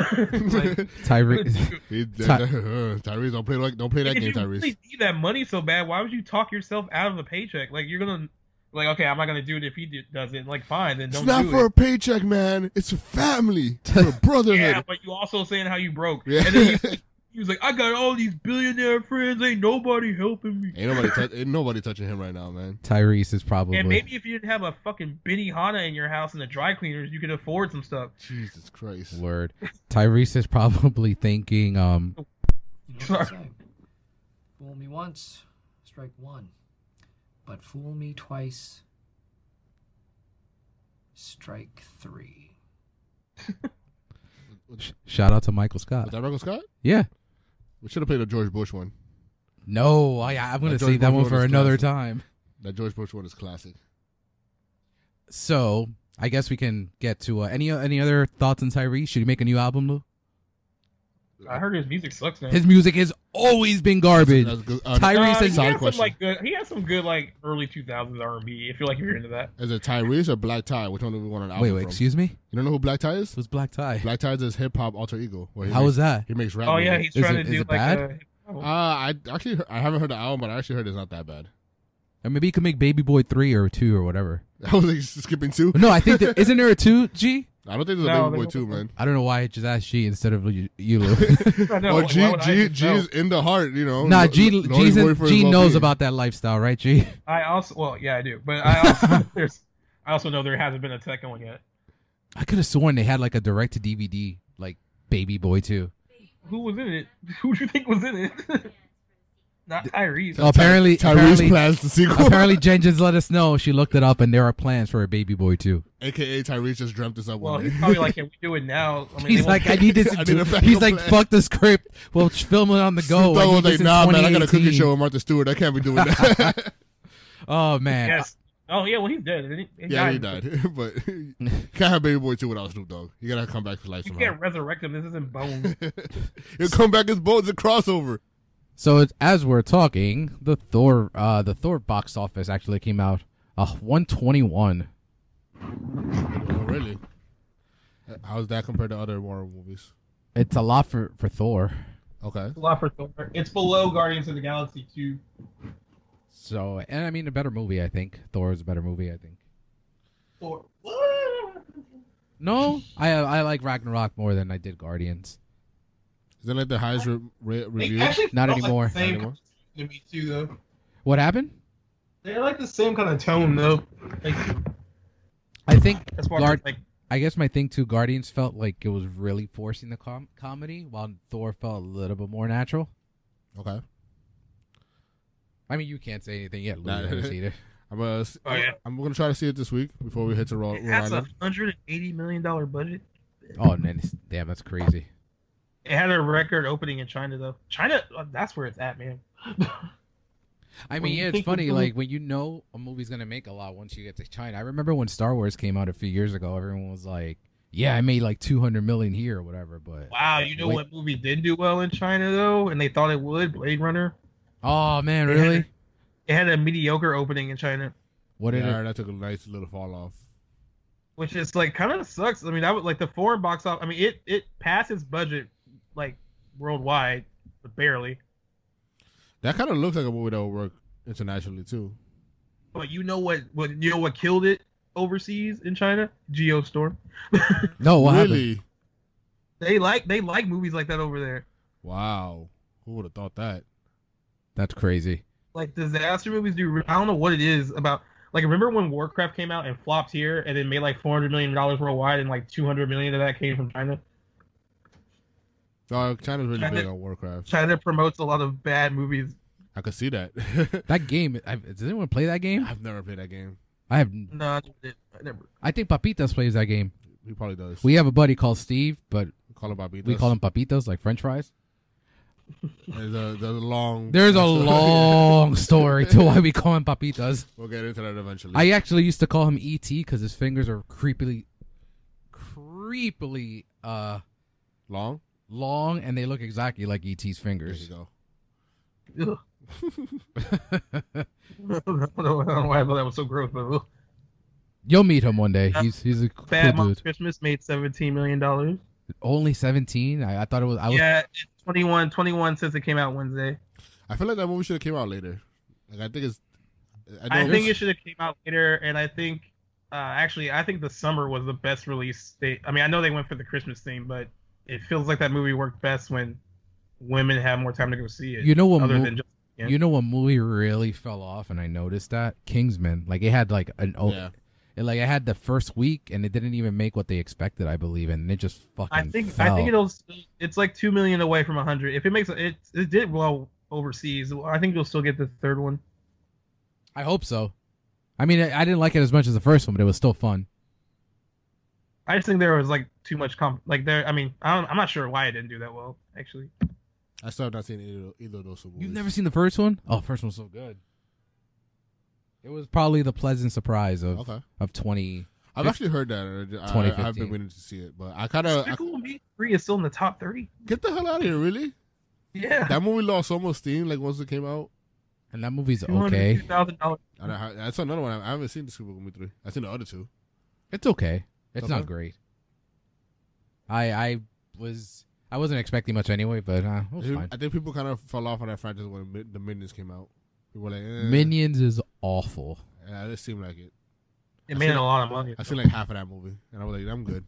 Tyrese.
He-
Ty-
Tyrese, don't play like don't play that
if
game,
you
Tyrese.
really need that money so bad, why would you talk yourself out of a paycheck? Like you're gonna, like okay, I'm not gonna do it if he do, does it. Like fine, then
it's
don't
not
do
for
it.
a paycheck, man. It's a family, for a brotherhood.
Yeah, but you also saying how you broke,
Yeah.
and then he, he was like, I got all these billionaire friends, ain't nobody helping me.
Ain't nobody, touch ain't nobody touching him right now, man.
Tyrese is probably.
And maybe if you didn't have a fucking Benihana in your house and the dry cleaners, you could afford some stuff.
Jesus Christ.
Word. Tyrese is probably thinking, um,
You know what they
Sorry.
say. Fool me once, strike one. But fool me twice, strike three.
sh- shout out to Michael
Was
Scott.
that Michael Scott?
Yeah.
We should have played a George Bush one.
No, I, I'm going to
That George
save that
Bush
one
one
for
is
another
classic.
time.
That George Bush one is classic.
So I guess we can get to uh, any any other thoughts on Tyrese. Should he make a new album, Lou?
I heard his music sucks now.
His music has always been garbage.
That's good. Uh,
Tyrese
he
has-
has
Solid
some
question.
like good. He has some good like early 2000s R&B. If you like, if you're into that,
is it Tyrese or Black Tie? Which one do we want an album
Wait, wait,
from?
excuse me.
You don't know who Black Tie
It
is?
was Black Tie.
Black Tie is his hip hop alter ego. Where he
How
makes,
was that?
He makes rap.
oh yeah,
music.
he's
Is
trying
it-
to
is
do
it
like
bad?
a.
Uh, I actually heard, I haven't heard the album, but I actually heard it's not that bad.
Or maybe he could make Baby Boy three or two or whatever.
I was like skipping two.
No, I think there, isn't there a two G?
I don't think there's a
No,
baby boy
there's
two,
no-
man.
I don't know why I just asked G instead of you, you Lou.
I know,
oh,
why
G
would I
G
even
G
know?
is in the heart, you know.
nah,
Lo-
G
lo-
G's
lonely
in-
boy for his
G knows
well-being.
about that lifestyle, right? G.
I also well, yeah, I do, but I also there's I also know there hasn't been a second one yet.
I could have sworn they had like a direct to DVD like Baby Boy two.
Who was in it? Who do you think was in it? Not Tyrese.
Oh, apparently,
Tyrese
apparently,
plans the sequel.
apparently, Jen just let us know she looked it up and there are plans for a Baby Boy two.
AKA Tyrese just dreamt this up
well,
one
he's
day.
probably like, can we do it now? I mean,
He's
they won't-
like, I need this.
I
in
need
two-
a backup
he's like,
plan.
fuck the script. We'll sh- film it on the go.
Snoop
I
Dogg was
need
like,
this in
nah, man, I got a cooking
2018."
show with Martha Stewart. I can't be doing that.
Oh man,
yes. Oh yeah, well he's dead. isn't he? He
yeah, he died. but you can't have Baby Boy 2 without Snoop Dogg. You gotta come back to life
You
somehow.
can't resurrect him. This isn't bones.
He'll come back as Bones a crossover.
So it's, as we're talking, the Thor, uh, the Thor box office actually came out uh, 121.
Oh, really? How's that compared to other Marvel movies?
It's a lot for for Thor.
Okay.
It's a lot for Thor. It's below Guardians of the Galaxy two.
So, and I mean, a better movie, I think. Thor is a better movie, I think.
Thor.
No, I I like Ragnarok more than I did Guardians.
Is that like the highest re- re- review?
They actually
Not
felt like the
anymore.
same
Not anymore.
to me too, though.
What happened?
They're like the same kind of tone though. Like
I think
as far
Guard-
as like
I guess my thing too. Guardians felt like it was really forcing the com- comedy, while Thor felt a little bit more natural.
Okay.
I mean, you can't say anything yet. Lou,
Nah.
you haven't seen it.
I'm gonna, s-
Oh, yeah.
I'm gonna try to see it this week before we hit to Raw.
it has a hundred and eighty million dollar budget.
Oh man, it's- damn, that's crazy.
It had a record opening in China though. China, uh, that's where it's at, man.
I
When
mean,
you
yeah, it's
think of
funny.
the-
Like when you know a movie's gonna make a lot once you get to China. I remember when Star Wars came out a few years ago, everyone was like, "Yeah, I made like 200 million here or whatever." But
Wow, you know
Wait.
what movie did do well in China though, and they thought it would? Blade Runner.
oh man,
It had
really?
a- It had a mediocre opening in China,
What did
Yeah,
it?
that took a nice little fall off.
which is like kind of sucks. I mean, that was like the foreign box office. I mean, it it passed its budget like worldwide, but barely.
That kind of looks like a movie that would work internationally too.
But you know what? What you know what killed it overseas in China? Geostorm.
No, what happened?
really?
They like they like movies like that over there.
Wow. Who would have thought that?
That's crazy.
like disaster movies do. I don't know what it is about. Like, remember when Warcraft came out and flopped here, and then made like four hundred million dollars worldwide, and like two hundred million of that came from China.
Dog, China's really
China-
big on Warcraft.
China promotes a lot of bad movies.
I could see that.
That game. I, does anyone play that game?
I've never played that game.
I have.
No, I never did. I never.
I think Papitas plays that game.
He probably does.
We have a buddy called Steve, but
We call him Bobby.
we call him Papitas, like French fries.
There's a, there's a long.
There's a long story to why we call him Papitas.
We'll get into that eventually.
I actually used to call him ET because his fingers are creepily, creepily uh
long.
long, and they look exactly like ET's
There you
fingers.
go.
Ugh. I don't know I don't know why I thought that was so gross, but ugh.
You'll meet him one day. He's he's a cool
Bad Moms
dude.
Christmas made seventeen million dollars.
Only seventeen. I, I thought it was. I was
Yeah, it's 21, 21 since it came out Wednesday.
I feel like that movie should have came out later. Like I think it's.
I,
know
think it
it's-
should have came out later, and I think uh, actually I think the summer was the best release date. I mean, I know they went for the Christmas theme, but it feels like that movie worked best when women have more time to go see it.
You know what
Other
mo-
than just yeah.
You know what movie really fell off, and I noticed that Kingsman. Like it had like an oh,
Yeah.
it, like it had the first week, and it didn't even make what they expected, I believe, and it just fucking.
I think
fell.
I think it'll it's like two million away from hundred. If it makes it, it did well overseas. I think you'll still get the third one.
I hope so. I mean, I, I didn't like it as much as the first one, but it was still fun.
I just think there was like too much comp. Like there, I mean, I don't, I'm not sure why it didn't do that well. Actually,
I still have not seen either, either of those movies.
You've never seen the first one? Oh, first one's so good. It was probably the pleasant surprise of
Okay.
of twenty.
I've actually heard that. I, I, I've
2015.
been waiting to see it, but I kind of
Despicable Me Three is still in the top three.
get the hell out of here. Really,
Yeah,
that movie lost so much steam. Like once it came out,
And that movie's okay.
dollars.
I don't, that's another one. I I haven't seen the Super Movie three. I've seen the other two.
It's okay. It's
Okay.
not great. I I was I wasn't expecting much anyway, but uh, it was
I
fine.
think- I think people kind of fell off on that franchise when Min- the Minions came out. People were like, eh.
Minions is awful.
Yeah, it seemed like it.
It made a lot of money.
I seen like half of that movie, and I was like, I'm good.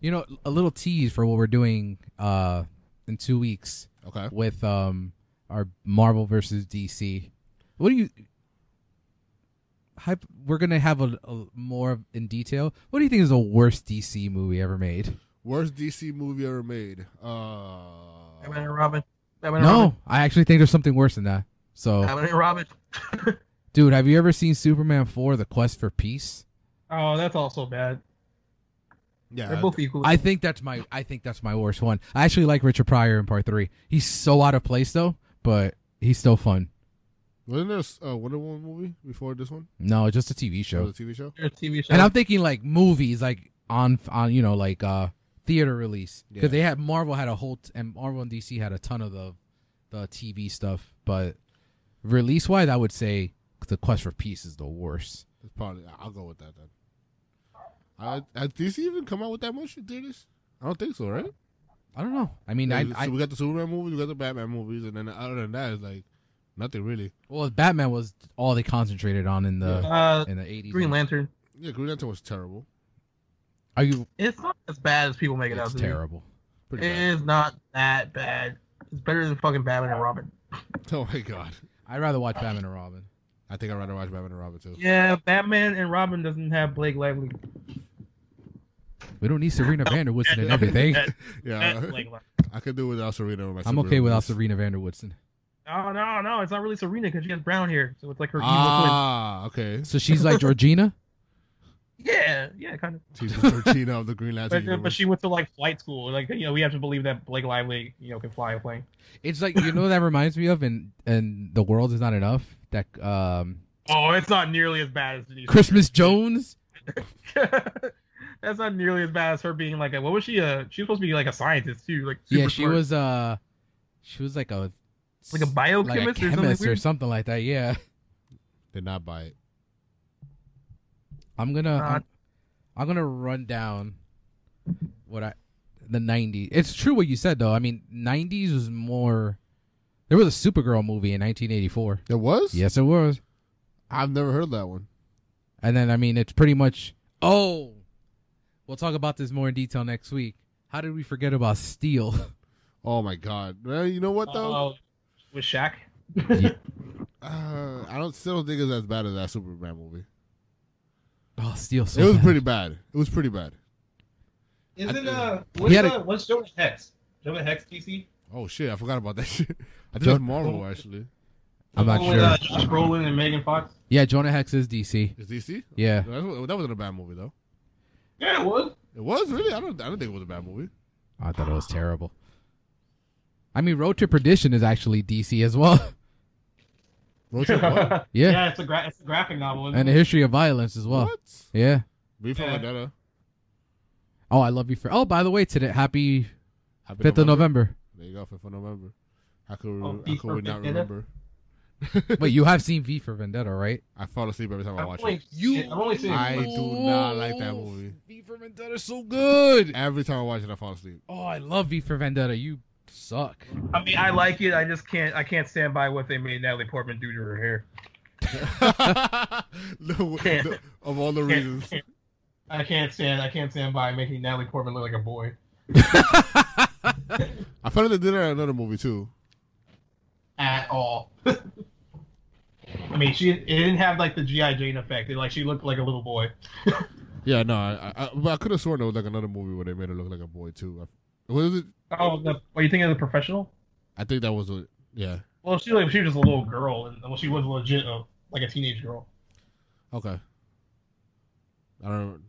You know, a little tease for what we're doing uh in two weeks
Okay.
with um our Marvel versus DC. What do you? Hype, we're gonna have a, a more in detail. What do you think is the worst DC movie ever made?
Worst DC movie ever made. Uh,
Batman and Robin. Batman and
No, Oh. I actually think there's something worse than that.
Robin.
So,
Batman and Robin.
dude, have you ever seen Superman Four: The Quest for Peace?
oh, that's also bad. They're
yeah.
both equally.
I think that's my I think that's my worst one. I actually like Richard Pryor in Part Three. He's so out of place though, but he's still fun.
Wasn't there a uh, Wonder Woman movie before this one?
No, just a TV
Or
show.
the TV show?
They're a TV show.
And I'm thinking like movies, like on on you know like uh theater release because
Yeah.
they had Marvel had a whole t- and Marvel and DC had a ton of the the TV stuff, but release wise, I would say the Quest for Peace is the worst.
That's probably. I'll go with that then. Uh, has DC even come out with that much theaters? I don't think so, right?
I don't know. I mean, I,
Like,
I
so we got the Superman movies, we got the Batman movies, and then other than that, it's like nothing really.
well, Batman was all they concentrated on in the
uh,
in the 80s.
Green Lantern.
Yeah, Green Lantern was terrible.
Are you?
It's not as bad as people make it out
It's
to be.
terrible.
Pretty
It
bad.
is not that bad. It's better than fucking Batman and Robin.
Oh my god.
I'd rather watch Batman and Robin.
I think I'd rather watch Batman and Robin too.
Yeah, Batman and Robin doesn't have Blake Lively.
We don't need Serena Vanderwoodson and everything.
That-
Yeah,
that Blake Lively.
I could do without Serena. with my
I'm
superhero
okay without
movies.
Serena Vanderwoodson.
Oh no, no, it's not really Serena because she has brown hair, so it's like her evil
Ah, okay.
So she's like Georgina.
twin. Yeah, yeah, kind of.
She's the Georgina of the Green Lantern.
But, but
universe.
she went to like flight school. Like you know, we have to believe that Blake Lively, you know, can fly a plane.
It's like you know what that reminds me of, and and the world is not enough. That um
Oh, it's not nearly as bad as Denise.
Christmas Jones.
That's not nearly as bad as her being like a what was she a she was supposed to be like a scientist too like super
yeah, she
smart.
was uh, she was like a like
like a
a
biochemist or something
chemist or
weird.
something like that. Yeah,
did not buy it.
I'm gonna
Uh,
I'm, I'm gonna run down what I the 90s. It's true what you said though. I mean, 90s was more. There was a Supergirl movie in 1984.
There was?
Yes, it was.
I've never heard of that one.
And then I mean it's pretty much oh we'll talk about this more in detail next week. How did we forget about Steel?
Oh my god. Well, you know what though?
Oh, with Shaq.
Uh, I don't still don't think it's as bad as that Superman movie.
Oh Steel so
it was
bad.
pretty bad. It was pretty bad.
Isn't uh
what's, had a- uh,
what's Jonah Hex? Jonah Hex DC?
Oh shit, I forgot about that shit. I think
Jon-
it's Marvel actually.
I'm not
With uh,
sure.
Josh Brolin and Megan Fox.
Yeah, Jonah Hex is DC.
Is DC?
Yeah.
That wa- that wasn't a bad movie though.
Yeah, it was.
It was really. I don't. I don't think it was a bad movie.
I thought it was terrible. I mean, Road to Perdition is actually DC as well.
Road Trip, what?
yeah.
yeah, it's a gra- it's a graphic novel. Isn't
And a
it?
history of violence as well.
What?
Yeah.
V for
Yeah.
Vendetta.
Oh, I love you for. Oh, by the way, today happy
Happy
fifth of November.
There you go, fifth of November. How could,
Oh,
how
V
could
for
we not
Vendetta?
remember?
Wait, you have seen V for Vendetta, right?
I fall asleep every time I
I've
watch
only,
it.
yeah, I've only seen.
I do not like that movie.
V for Vendetta is so good.
Every time I watch it, I fall asleep.
Oh, I love V for Vendetta. You suck.
I mean, I like it. I just can't. I can't stand by what they made Natalie Portman do to her hair.
No,
Can't.
no, of all the
Can't-
reasons,
can't. I can't stand. I can't stand by making Natalie Portman look like a boy.
I found out they did it in another movie too.
at all. I mean, she it didn't have like the GI Jane effect. It, like she looked like a little boy.
Yeah, no, I, I, I, but I could have sworn there was like another movie where they made her look like a boy too. I, was it?
Oh, the, are you thinking of the professional?
I think that was a yeah.
Well, she like, she was just a little girl, and well, she was legit uh, like a teenage girl.
Okay. I don't.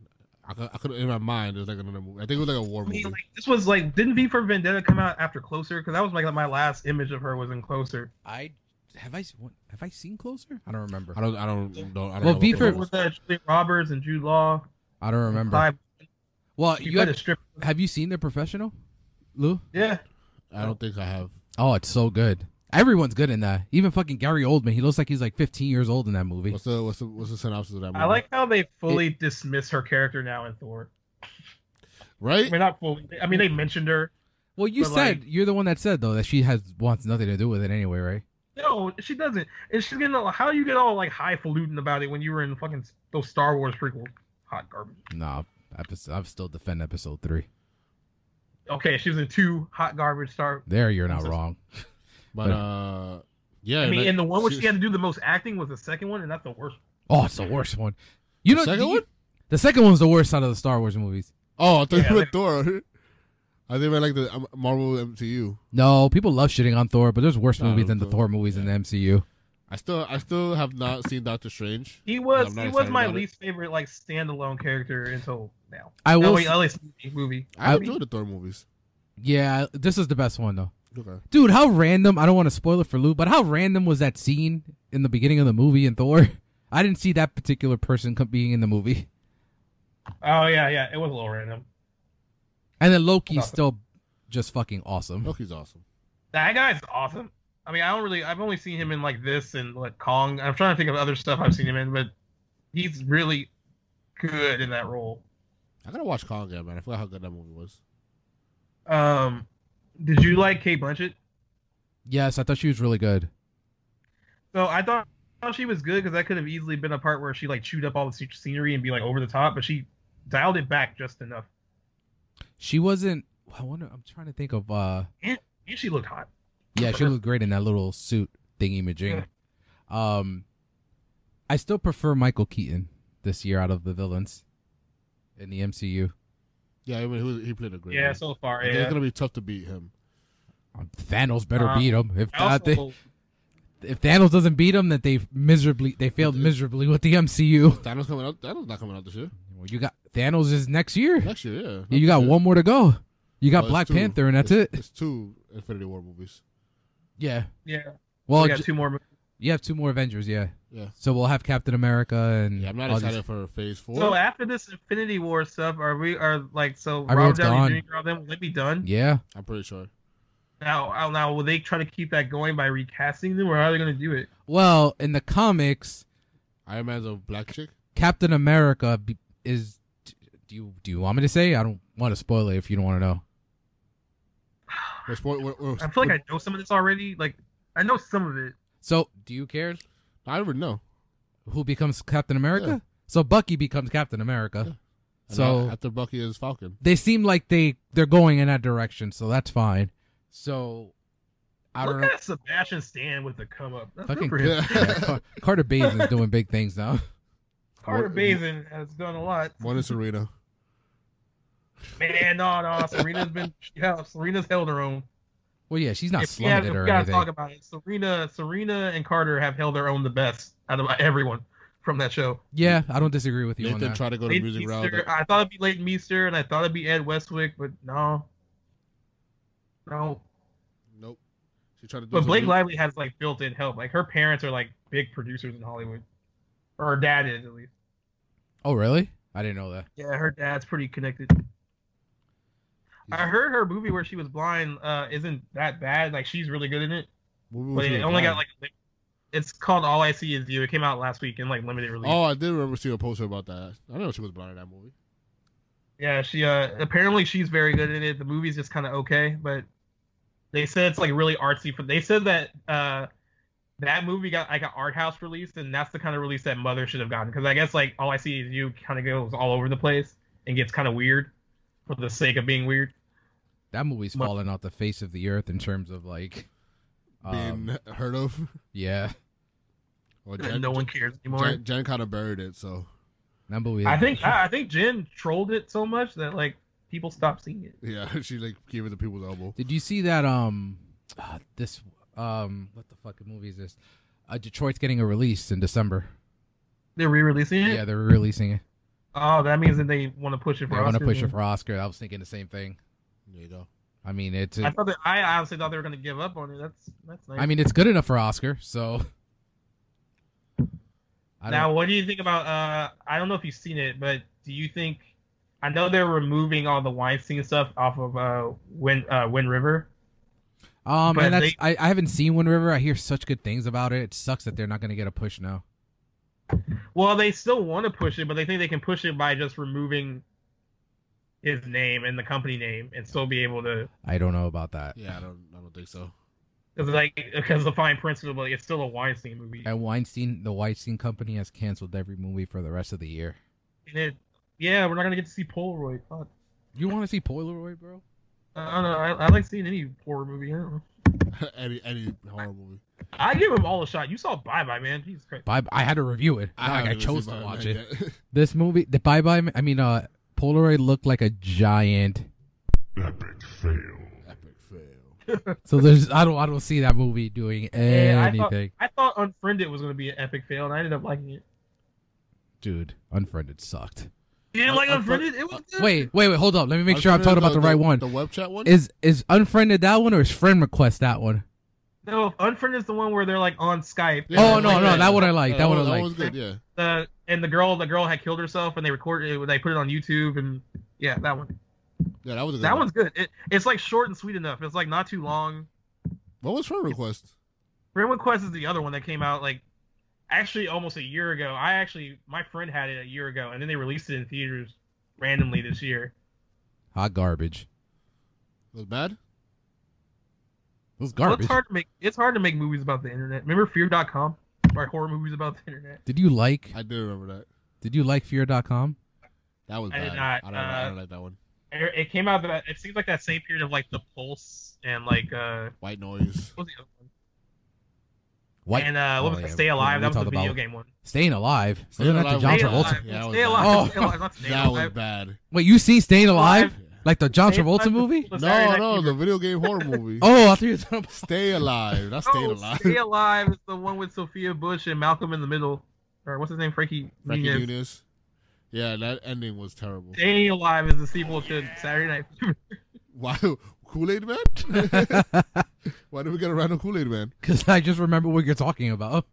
I could, I could in my mind it was like another movie. I think it was like a war
I mean,
movie.
like this was like didn't V for Vendetta come out after Closer? Because that was like my last image of her was in Closer.
I have I what, have I seen Closer? I don't remember.
I don't. I don't. Don't. I don't
Well,
know
V
what
for-
it was.
With uh, Julia Roberts and Jude Law.
I don't remember.
I,
well,
she
you
played a
had,
stripper.
have you seen The Professional, Lou?
Yeah.
I don't think I have.
Oh, it's so good. Everyone's good in that. Even fucking Gary Oldman. He looks like he's like 15 years old in that movie.
What's the what's the what's the synopsis of that movie?
I like how they fully dismiss her character now in Thor. I
right.
mean, not fully. I mean, they mentioned her.
Well, you
But,
said
like-
you're the one that said though that she has wants nothing to do with it anyway, right?
No, she doesn't. And she's getting all, how you get all like highfalutin about it when you were in fucking s- those Star Wars prequels. Hot garbage.
No, episode, I'm still defend episode three.
Okay, she was in two hot garbage Star.
There, you're not wrong.
But uh, yeah.
I mean,
like-
and the one where she had to do the most acting was the second one, and that's the worst.
Oh, it's the worst one. You
The
know,
second
you-
one?
The second one's the worst out of the Star Wars movies.
Oh, I thought
Yeah,
you meant
like-
Thor. I think I like the um, Marvel MCU.
No, people love shitting on Thor, but there's worse
No,
movies than the
Thor-
Thor movies in the MCU.
I still, I still have not seen Doctor Strange.
He
I'm
was
not
he was
excited
my
about it.
least favorite like standalone character until now.
I
No,
will.
wait,
s-
at least movie.
I
I-
enjoy the Thor movies.
yeah, this is the best one though.
Okay.
Dude, how random! I don't want to spoil it for Lou, but how random was that scene in the beginning of the movie in Thor? I didn't see that particular person co- being in the movie,
Oh yeah, yeah, it was a little random.
and then Loki's
Nothing.
still just fucking awesome.
Loki's awesome.
That guy's awesome. I mean, I don't really. I've only seen him in like this and like Kong. I'm trying to think of other stuff I've seen him in, but he's really good in that role.
I gotta watch Kong again, man. I forgot how good that movie was.
Um, did you like Kate Blanchett?
Yes, I thought she was really good.
So I thought I thought she was good because that could have easily been a part where she like chewed up all the sce- scenery and be like over the top, but she dialed it back just enough,
She wasn't. I wonder. I'm trying to think of. uh
and she looked hot.
Yeah, she looked great in that little suit thingy majing. Um, I still prefer Michael Keaton this year out of the villains in the MCU.
Yeah, I mean, he, was, he played a great.
Yeah,
role.
so
I
far,
think it's
yeah.
gonna be tough to beat him.
Um, Thanos better
Um,
beat him. If
I
I
also-
thi- if Thanos doesn't beat him, that they miserably they failed miserably with the MCU.
Thanos coming out. Thanos not coming out this year.
Well, you got Thanos is next year.
Next year, yeah. Not
You got
this year.
one more to go. You
Well,
got
it's
Black
two.
Panther, and that's
It's-
it.
It's two Infinity War movies.
Yeah.
yeah,
Well,
we got
j-
two more. movies.
you have two more Avengers. Yeah.
Yeah.
So we'll have Captain America and.
Yeah, I'm not
all these-
excited for Phase Four.
So uh, after this Infinity War stuff, are we are like so
Everyone's
Robert Downey
gone.
Jr. all them will they be done?
Yeah.
I'm pretty sure.
Now, I don't know. Will they try to keep that going by recasting them, or how are they going to do it?
Well, in the comics,
Iron Man's a black chick.
Captain America be- is. Do you do you want me to say? I don't want to spoil it if you don't want to know.
We're spo- we're- we're-
I feel like I know some of this already. Like I know some of it.
So, do you care
I don't even know.
who becomes Captain America? So Bucky becomes Captain America.
And
So-
now after Bucky is Falcon.
They seem like they they're going in that direction, so that's fine. So, I don't
Look
know.
at Sebastian Stan with the come up. That's good
Fucking
for him.
yeah, Car- Carter Bays is doing big things now.
Carter
What-
Bazin has done a lot.
One is Serena.
Man, no, no. Serena's been yeah, Serena's held her own.
Well, yeah, she's not
if we
slumming
have, if
it
we
or
gotta talk
anything.
about it, Serena, Serena and Carter have held their own the best out of everyone from that show.
Yeah, I don't disagree with you on
Nathan
that.
tried to go to
Leighton
music route.
Meester, I thought it'd be Leighton Meester and I thought it'd be Ed Westwick, but no, no.
Nope. She tried to do
But
some
Blake
mu-
Lively has like built-in help. Like her parents are like big producers in Hollywood, or her dad is at least.
oh, really? I didn't know that.
Yeah, her dad's pretty connected. I
Yeah.
heard her movie where she was blind uh, isn't that bad. Like she's really good in it,
What was
but
she
it only got
applying?
like li- it's called All I See Is You. It came out last week in like limited release.
Oh, I did remember seeing a poster about that. I didn't know she was blind in that movie.
Yeah, she uh apparently she's very good in it. The movie's just kind of okay, but they said it's like really artsy. For they said that uh that movie got like an art house release, and that's the kind of release that Mother should have gotten because I guess like All I See Is You kind of goes all over the place and gets kind of weird for the sake of being weird.
That movie's
But-
falling off the face of the earth in terms of like, um,
Being heard of.
yeah,
Well,
And no one cares anymore.
Jen, Jen kind of buried it, so
that movie.
I think I I think Jen trolled it so much that like people stopped seeing it.
yeah, she like gave it the people's elbow.
Did you see that? Um, uh, this um, what the fucking movie is this? Uh, Detroit's getting a release in December.
They're re-releasing it.
Yeah, they're releasing it.
Oh, that means that they want to push it for.
They want to
Oscars
push
then.
it for Oscar. I was thinking the same thing.
There you go.
I mean, it's.
I thought that, I honestly thought they were going to give up on it. That's that's nice.
I mean, it's good enough for Oscar. So. I don't,
Now, what do you think about? Uh, I don't know if you've seen it, but do you think? I know they're removing all the Weinstein stuff off of uh, Wind uh, Wind River.
um,
but
and that's
they-
I, I haven't seen Wind River. I hear such good things about it. It sucks that they're not going to get a push now.
Well, they still want to push it, but they think they can push it by just removing his name and the company name, and still be able to
I don't know about that.
Yeah, I don't, I don't think so.
because like because the fine principle, like, it's still a Weinstein movie.
And Weinstein, the Weinstein Company, has canceled every movie for the rest of the year.
And it, yeah, we're not gonna get to see Polaroid. Fuck.
You want to see Polaroid, bro?
I don't know. I, I like seeing any horror movie. I don't know.
any any horror movie.
I give him all a shot. You saw Bye Bye Man. Jesus Christ.
Bye. I had to review it. Not like I
haven't even
chose
seen
to
Bionic
watch it.
yet.
This movie, the Bye Bye. I mean, uh, Polaroid looked like a giant.
Epic fail.
So there's, I don't, I don't see that movie doing
Yeah, I
anything,
thought, I thought Unfriended was gonna be an epic fail, and I ended up liking it.
dude. Unfriended sucked.
You didn't
Uh,
like
uh,
Unfriended?
uh,
It was good.
Wait, wait, wait. Hold up. Let me make sure I'm talking about the right one.
The web chat one.
Is is unfriended that one or is friend request that one?
No, Unfriended is the one where they're like on Skype.
Yeah,
oh
I
no, no,
like that.
that, one I like.
Yeah,
that one I
Oh, that
like.
was good. Yeah.
The, and the girl, the girl had killed herself, and they recorded it. They put it on YouTube, and yeah, that one.
Yeah, that was a good
That
one.
one's good. It, it's like short and sweet enough. It's like not too long.
What was friend request?
Friend Request is the other one that came out like actually almost a year ago. I actually my friend had it a year ago, and then they released it in theaters randomly this year.
Hot garbage.
It was bad.
It was
Well,
garbage.
it's hard to make it's hard to make movies about the internet. Remember Fear.com? Or horror movies about the internet.
Did you like?
I do remember that.
Did you like Fear.com?
That was
I
bad.
did not,
I don't, I
uh,
don't like that one.
It, it came out that it seems like that same period of like the Pulse and like uh
White noise.
what was the other one?
White.
And uh, what
Oh,
was
yeah,
it? Stay Alive?
we
That was
talked
the video
about-
game one.
Staying alive.
Staying
Wasn't that the
Alive
John
Stay
Travolta?
Alive.
Yeah, that was
Stay
bad.
alive.
Oh.
Stay alive. Not stay
That was
alive.
bad.
Wait, you see Staying Alive?
Yeah.
Like the John
Stay
Travolta
Alive
movie?
was Saturday
No,
Night
no,
Fever.
the video game horror movie.
Oh, I thought you were talking about.
Stay alive. Not staying
Oh,
alive.
Stay Alive is the one with Sophia Bush and Malcolm in the Middle. Or what's his name? Frankie,
Frankie
Muniz.
Muniz. Yeah, that ending was terrible.
Stay Alive is the sequel to Saturday Night Fever.
Why Kool Aid Man? Why did we get a random Kool Aid Man?
Because I just remember what you're talking about.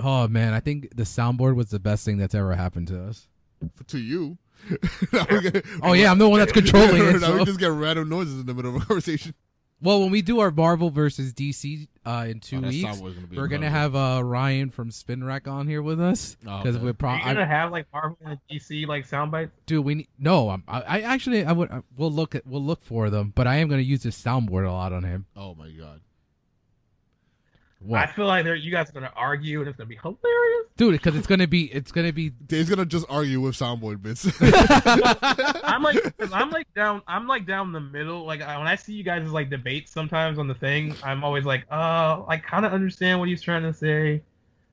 oh man, I think the soundboard was the best thing that's ever happened to us.
For, to you. Now we get-
Oh yeah, I'm the one that's controlling it.
now we
so-
just get random noises in the middle of a conversation.
Well, when we do our Marvel versus DC uh, in two
Oh, that
weeks,
soundboard's gonna be
we're gonna
incredible.
have uh, Ryan from Spin Rack on here with us
Oh,
because
okay.
we're pro-
Are you gonna
I,
have like Marvel and DC like sound bites?
dude. We need, no, I'm, I, I actually I would I, we'll look at we'll look for them, but I am gonna use this soundboard a lot on him.
Oh my god.
I
What,
feel like they're- you guys are gonna argue and it's gonna be hilarious.
dude? Because it's gonna be it's gonna be
Dave's gonna just argue with soundboard bits.
I'm like, cause I'm like down, I'm like down the middle. Like I- when I see you guys like debate sometimes on the thing, I'm always like, uh, I kind of understand what he's trying to say,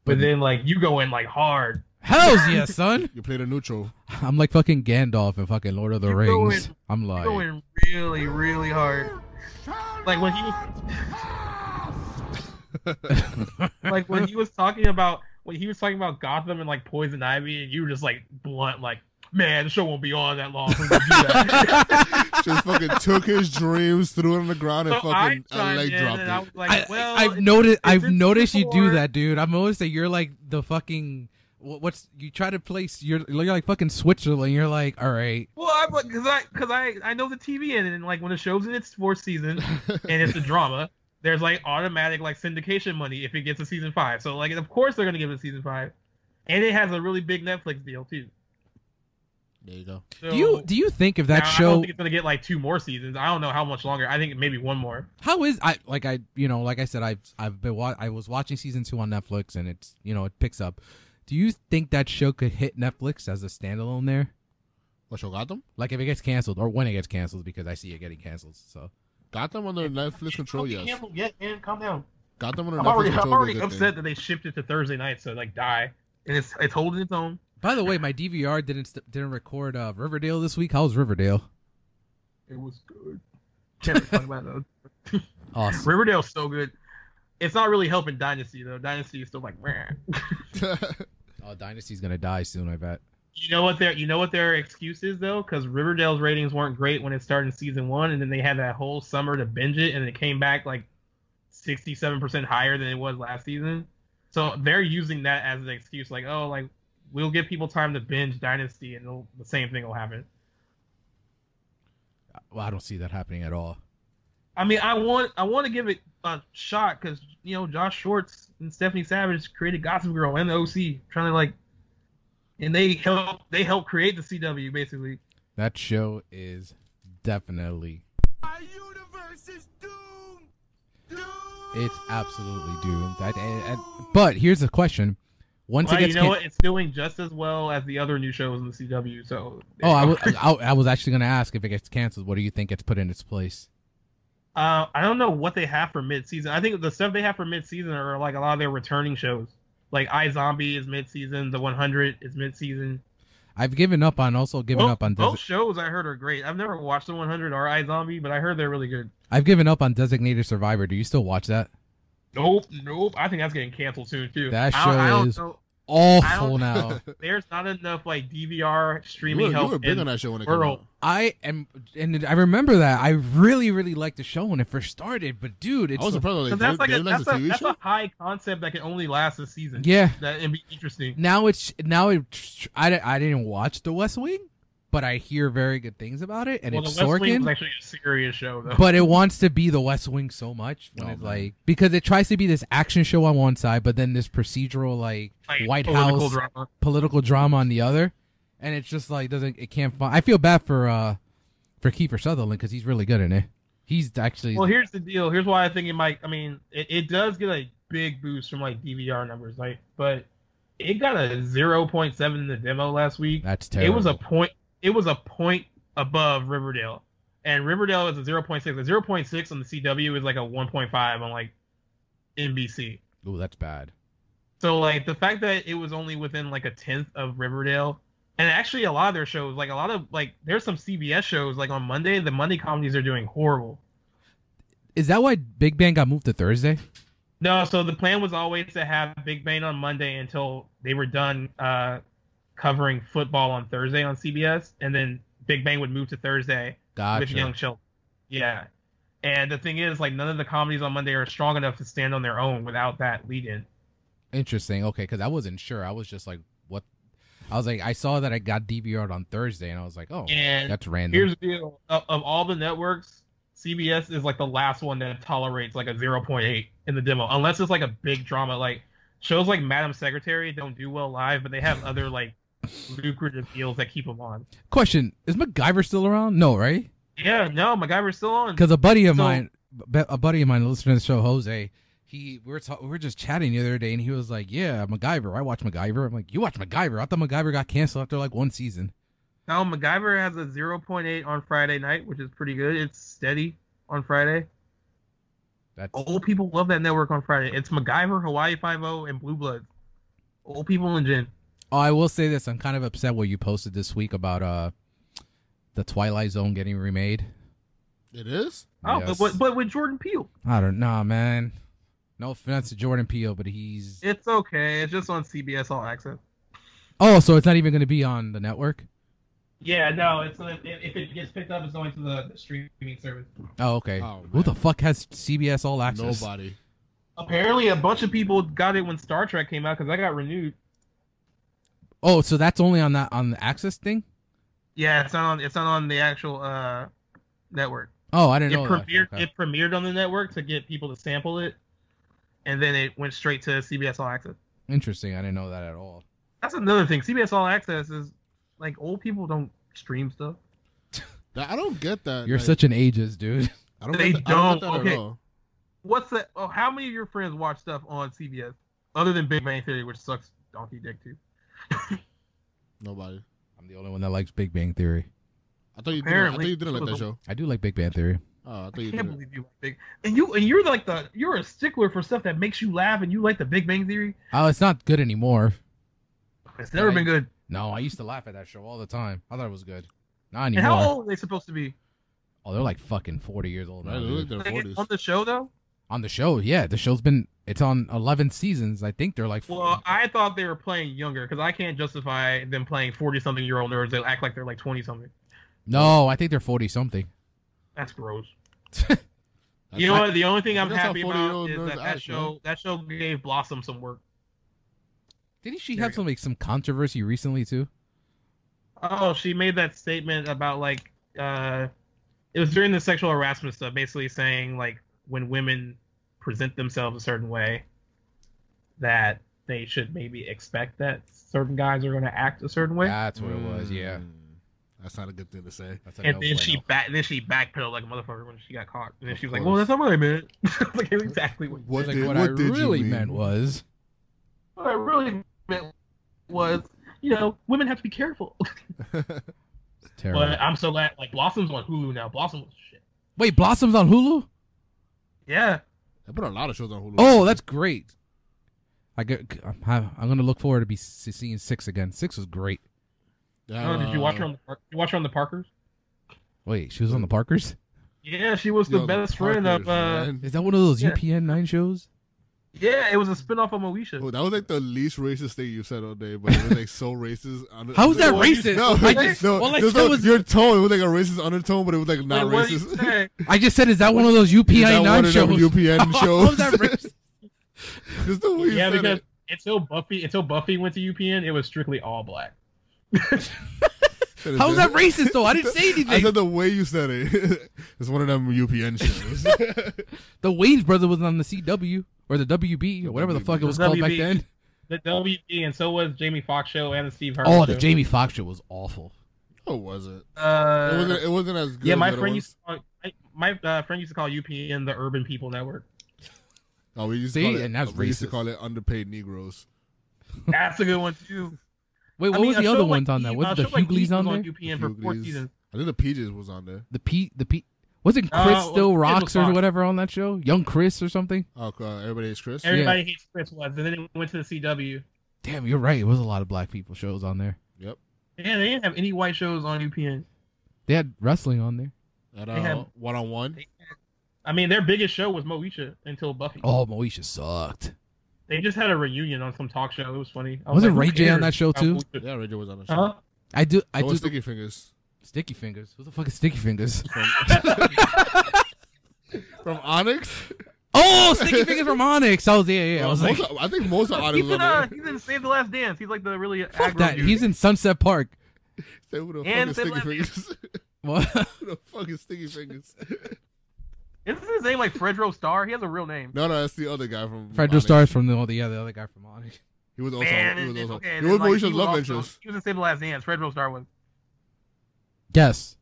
but then like you go in like hard.
hell's yeah, son.
you played a neutral.
I'm like fucking Gandalf and fucking Lord of the
You're
Rings.
going-
I'm like,
Going really, really hard. Like when he, like when he was talking about when he was talking about Gotham and like Poison Ivy, and you were just like blunt, like, man, the show won't be on that long. Please do that."
Just fucking took his dreams, threw it on the ground,
so
and
I
fucking uh,
chimed
leg
in, and I
dropped
was
it.
like,
I,
well,
I've
it's-
noticed, I've
it's
noticed you do
before-
that, dude. I'm always that you're like the fucking wha- what's you try to place you're you're like fucking Switzerland. You're like, all right,
Well, I'm like, cause I, cause I, I know the TV, and, and like when the show's in its fourth season, and it's a drama, there's like automatic like syndication money if it gets a season five. So like, of course they're gonna give it a season five, and it has a really big Netflix deal too.
There you go.
So,
do you do you think if that
now, I
show
don't think it's gonna get like two more seasons. I don't know how much longer. I think maybe one more.
how is I like I you know like I said I've I've been wa- I was watching season two on Netflix and it's you know it picks up. Do you think that show could hit Netflix as a standalone there?
What show Gotham?
Like if it gets canceled or when it gets canceled because I see it getting canceled. So
Gotham under Netflix control, yes.
Yet, man, calm down.
Gotham under
I'm
Netflix
already,
control.
I'm already
is a good
upset
thing.
that they shifted to Thursday night, so like die, and it's it's holding its own.
by the way, my DVR didn't st- didn't record uh, Riverdale this week. How's Riverdale?
It was good. Can't talk about those.
Awesome.
Riverdale's so good. It's not really helping Dynasty though. Dynasty is still like, "Meh."
Oh, Dynasty's gonna die soon. I bet.
you know what their you know what their excuse is though, because Riverdale's ratings weren't great when it started in season one, and then they had that whole summer to binge it, and it came back like sixty seven percent higher than it was last season. So they're using that as an excuse, like, oh, like we'll give people time to binge Dynasty, and it'll- the same thing will happen.
Well, I don't see that happening at all.
I mean, I want I want to give it a shot because you know Josh Schwartz and Stephanie Savage created Gossip Girl and the OC, trying to like, and they help they help create the CW basically.
That show is definitely. It's absolutely doomed. I, I- I- but here's the question: Once
Well,
it
you
gets
know
can-
what? It's doing just as well as the other new shows in the CW. So
oh, I was I, I was actually gonna ask if it gets canceled. What do you think gets put in its place?
uh, I don't know what they have for mid season. I think the stuff they have for mid season are like a lot of their returning shows. Like I Zombie is mid season, The 100 is mid season.
I've given up on also giving
Both,
up on
both
des-
shows I heard are great. I've never watched The 100 or I Zombie, but I heard they're really good.
I've given up on Designated Survivor. Do you still watch that?
Nope, nope. I think that's getting canceled soon too.
That
I don't, I
show
don't
is-
know.
Awful now.
There's not enough like DVR
You
streaming
were, you
help.
were big
in-
on that show when it
World.
came out.
I am, and I remember that. I really, really liked the show when it first started. But dude, it's
I was surprised.
So
Like,
that's like
they,
a,
they realized
that's,
it's
a,
TV
that's
show?
a high concept that can only last a season.
yeah.
That and be interesting.
now it's now it. I, I didn't watch The West Wing, but I hear very good things about it, and
well, the
it's
West Wing was
Sorkin.
actually a serious show though.
But it wants to be The West Wing so much when
Oh,
it's
man.
like because it tries to be this action show on one side, but then this procedural like,
Like,
White
political
House
drama.
political drama on the other, and it's just like doesn't it can't. Find, I feel bad for uh for Kiefer Sutherland because he's really good in it. He's actually
Well, here's the deal. Here's why I think it might. I mean, it, it does get a big boost from like DVR numbers, like, but it got a 0.7 in the demo last week.
that's terrible.
It was a point. It was a point above Riverdale, and Riverdale is a zero point six. A zero point six on the CW is like a one point five on like NBC.
Ooh, that's bad.
So like the fact that it was only within like a tenth of Riverdale, and actually a lot of their shows, like a lot of like there's some CBS shows like on Monday, the Monday comedies are doing horrible.
Is that why Big Bang got moved to Thursday?
No, so the plan was always to have Big Bang on Monday until they were done uh, covering football on Thursday on CBS, and then Big Bang would move to Thursday
Gotcha.
with young children. Yeah. And the thing is, like, none of the comedies on Monday are strong enough to stand on their own without that lead in.
Interesting. Okay, because I wasn't sure. I was just like, what? I was like, I saw that I got DVR'd on Thursday, and I was like, oh,
And
that's random.
here's the deal of, of all the networks, CBS is like the last one that tolerates like a 0.8 in the demo, unless it's like a big drama. Like, shows like Madam Secretary don't do well live, but they have other like lucrative deals that keep them on.
Question: Is MacGyver still around? No, right?
Yeah, no, MacGyver's still on.
Because a buddy of
So-
mine, be- a buddy of mine, listening to the show, Jose. He we were ta- we were just chatting the other day, and he was like, "Yeah, MacGyver. I watch MacGyver." I'm like, "You watch MacGyver? I thought MacGyver got canceled after like one season."
Now MacGyver has a 0.8 on Friday night, which is pretty good. It's steady on Friday.
That's
Old people love that network on Friday. It's MacGyver, Hawaii Five O, and Blue Bloods. Old people and gin.
Oh, I will say this. I'm kind of upset what you posted this week about uh the Twilight Zone getting remade.
It is.
Oh,
Yes.
but, but but with Jordan Peele,
I don't know, man. No offense to Jordan Peele, but he's
it's okay. It's just on CBS All Access.
oh, so it's not even going to be on the network.
Yeah, no, it's if if it gets picked up, it's going to the, the streaming service.
Oh, okay.
Oh,
Who
man.
the fuck has CBS All Access?
Nobody.
Apparently, a bunch of people got it when Star Trek came out because I got renewed.
Oh, so that's only on that on the access thing.
Yeah, it's not on. It's not on the actual uh, network.
Oh, I didn't
It
know. that.
premiered.
Okay.
It premiered on the network to get people to sample it, and then it went straight to CBS All Access.
Interesting. I didn't know that at all.
That's another thing. CBS All Access is like old people don't stream stuff.
That- I don't get that.
You're
like,
such an ages dude.
I don't,
They
get that, I don't get
don't,
that
okay.
at all.
What's that? Oh, how many of your friends watch stuff on CBS other than Big Bang Theory, which sucks donkey dick too?
Nobody.
I'm the only one that likes Big Bang Theory.
I thought you didn't. I thought
Apparently,
you didn't like that
people
show.
I do like Big Bang Theory.
Oh, I thought
I
you
can't
didn't.
believe you like Big. And you and you're like the you're a stickler for stuff that makes you laugh, and you like the Big Bang Theory.
Oh, it's not good anymore.
It's never
Right.
been good.
No, I used to laugh at that show all the time. I thought it was good. Not
And
anymore.
how old are they supposed to be?
Oh, they're like fucking forty years old now.
Right,
dude.
they're like their
Like,
forties.
on the show though.
On the show, yeah, the show's been it's on eleven seasons. I think they're like.
Well, I thought they were playing younger because I can't justify them playing forty something year old nerds. They act like they're like twenty something.
no, I think they're forty something.
That's gross. you know what? The only thing I'm
That's how
happy
40-year-old
about is
nerds
that
act, man.
that show that show gave Blossom some work.
Didn't she
There
have
you
some like some controversy recently too?
Oh, she made that statement about like uh it was during the sexual harassment stuff, basically saying like when women present themselves a certain way that they should maybe expect that certain guys are going to act a certain way.
That's what it was. Yeah.
Mm. That's not a good thing to say.
That's a
and
no
then she
bueno.
back then she backpedaled like a motherfucker when she got caught. And then
Of
she was like,
course.
"Well, that's not what I meant." like exactly what,
What
Like,
did-
what,
what
I
did you
really
mean?
meant was
what I really meant was, you know, women have to be careful.
It's terrible.
but I'm so glad like Blossom's on Hulu now. Blossom was shit.
Wait, Blossom's on Hulu?
Yeah.
I put a lot of shows on Hulu.
Oh, that's great. I get, I'm, I'm gonna look forward to be s- seeing six again. Six was great.
They have,
Oh, did you watch her
uh,
on the Par- you watch her on the Parkers?
Wait, she was on the Parkers.
Yeah, she was the
yo,
best friend of.
Parkers,
uh
man.
Is that one of those
Yeah.
UPN nine shows?
Yeah, it was a spinoff of Moesha.
Oh, that was like the least racist thing you said all day, but it was like so racist. under-
How is that
Well, you-
racist?
No,
I just-
no,
all I
there's
said
no-
was-
your tone. It was like a racist undertone, but it was like not
Wait, what did you
racist.
say?
I just said, is that one of those
Is that
UPN
one
nine
of them
shows?
UPN
How is that
shows?
racist?
Just the way you
yeah,
said
because
it.
until Buffy until Buffy went to UPN, it was strictly all black.
How is that racist though? I didn't say anything.
I said the way you said it. it's one of them UPN shows.
the Wayne's brother was on the CW or the WB or whatever the
WB.
fuck it was
The
called back
WB.
then.
The WB and so was Jamie Foxx show and the Steve Harvey.
Oh, the
show.
Jamie Foxx show was awful.
oh, was it?
Uh,
It wasn't. It wasn't as good.
yeah,
as
my
what it
friend
was.
used to call, my, my uh, friend used to call UPN the Urban People Network.
Oh, we used
See,
to call it,
and that's
we used to
racist.
call it underpaid Negroes.
That's a good one too.
Wait,
I
what
mean,
was
a
the
show
other
like
ones on that?
Eve-
Was
a
it the
show like Eve
Hughleys
was
on there?
on UPN for four
Hughleys.
seasons.
I think the Peaches was on there.
The Pete, the Pete, wasn't
Uh,
Chris
well,
still
Chris was
rocks or
Fox.
whatever on that show? Young Chris or something?
Oh, uh, everybody hates Chris.
Every-
Everybody hates Chris was, and then it went to the CW.
Damn, you're right. It was a lot of black people shows on there.
Yep.
Yeah, they didn't have any white shows on UPN.
They had wrestling on there.
At
They
uh,
had-
one on one.
I mean, their biggest show was Moesha until Buffy.
Oh, Moesha sucked.
They just had a reunion on some talk show. It was funny. I
Wasn't
like,
Ray
who
J on
cares
that show,
about
too?
bullshit?
Yeah, Ranger was on the show.
Uh-huh.
Huh?
I do, I
I
do.
was sticky fingers
sticky fingers. Who the fuck is sticky fingers?
from, from Onyx.
oh, sticky fingers from Onyx. I was yeah, yeah. I was like,
Most of- I think most of Onyx
He's
was
in, uh,
on
he's in Save the Last Dance. He's like the really
fuck
aggro
that.
dude.
He's in Sunset Park.
there. With the fucking
And
sticky
Finland.
fingers.
What?
Who the fucking sticky fingers.
Isn't his name like Fredro Starr? He has a real name.
No, no, that's the other guy from.
Fred
Onyx.
Star's from the oh, the other other guy from Onyx.
He was also.
Man,
he
and
was
then-
also.
okay,
he
and
was
then, like,
Moesha's love
also-
interest.
He was in Save the Last Dance. Fredro Starr was.
Yes.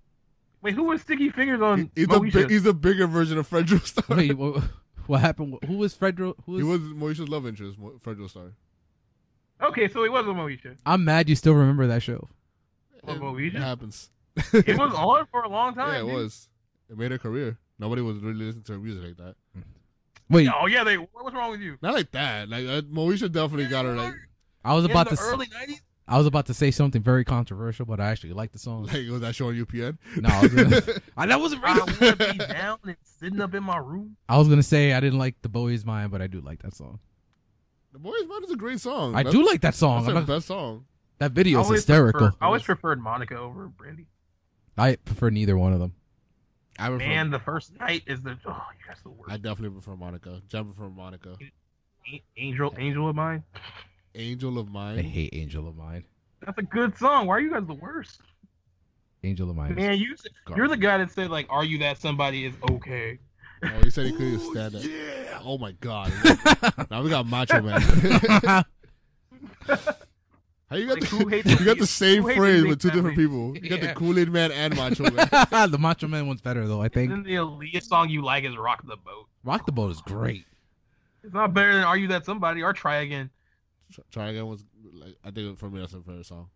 Wait, who was Sticky Fingers on
He- He's a,
Moesha?
big, he's a bigger version of Fredro Star.
Wait, what, what happened? Who was Fredro? Who was,
He was Moesha's love interest, Mo- Fredro Star.
Okay, so it was on Moesha.
I'm mad you still remember that show.
Oh,
It-
Moesha?
It happens.
It was on for a long time.
Yeah, it
dude.
was. It made her career. Nobody was really listening to her music like that.
Wait,
Oh yeah, they. What's wrong with you?
Not like that. Like uh, Moesha definitely got her like.
I was about to.
in the
s-
early '90s.
I was about to say something very controversial, but I actually like the song.
Like, was that show on UPN?
no, I was gonna, I, that wasn't
I
right.
want to be down and sitting up in my room.
I was gonna say I didn't like the Bowie's Mine, but I do like that song.
The Boys Band is a great song.
I
That's-
do like that song.
Oh, That's
I'm
the
not-
best song.
that video
I
is
always
hysterical.
preferred- I always preferred Monica over Brandy.
I prefer neither one of them.
I prefer,
Man, the first night is the oh, you guys the
I
worst.
definitely prefer Monica. Jump prefer Monica.
A- Angel, Angel of Mine.
Angel of
I
Mine.
hate Angel of Mine.
That's a good song. Why are you guys the worst?
Angel of Mine. is
Man, you you're the guy that said like, "Are you that somebody is okay?"
Oh, he said he couldn't stand it. Yeah. Oh my god. now we got Macho Man. How you got
Like,
the,
who hates
you got
who
the same
hates
phrase
Big
with two different
Family?
people. You got
Yeah.
the Kool Aid Man and Macho Man.
the Macho Man one's better though. I
And
think
then the Aaliyah song you like is "Rock the Boat."
Rock the Boat is great.
It's not better than "Are You That Somebody" or "Try Again."
Try- Try again was like I think for me that's my favorite song.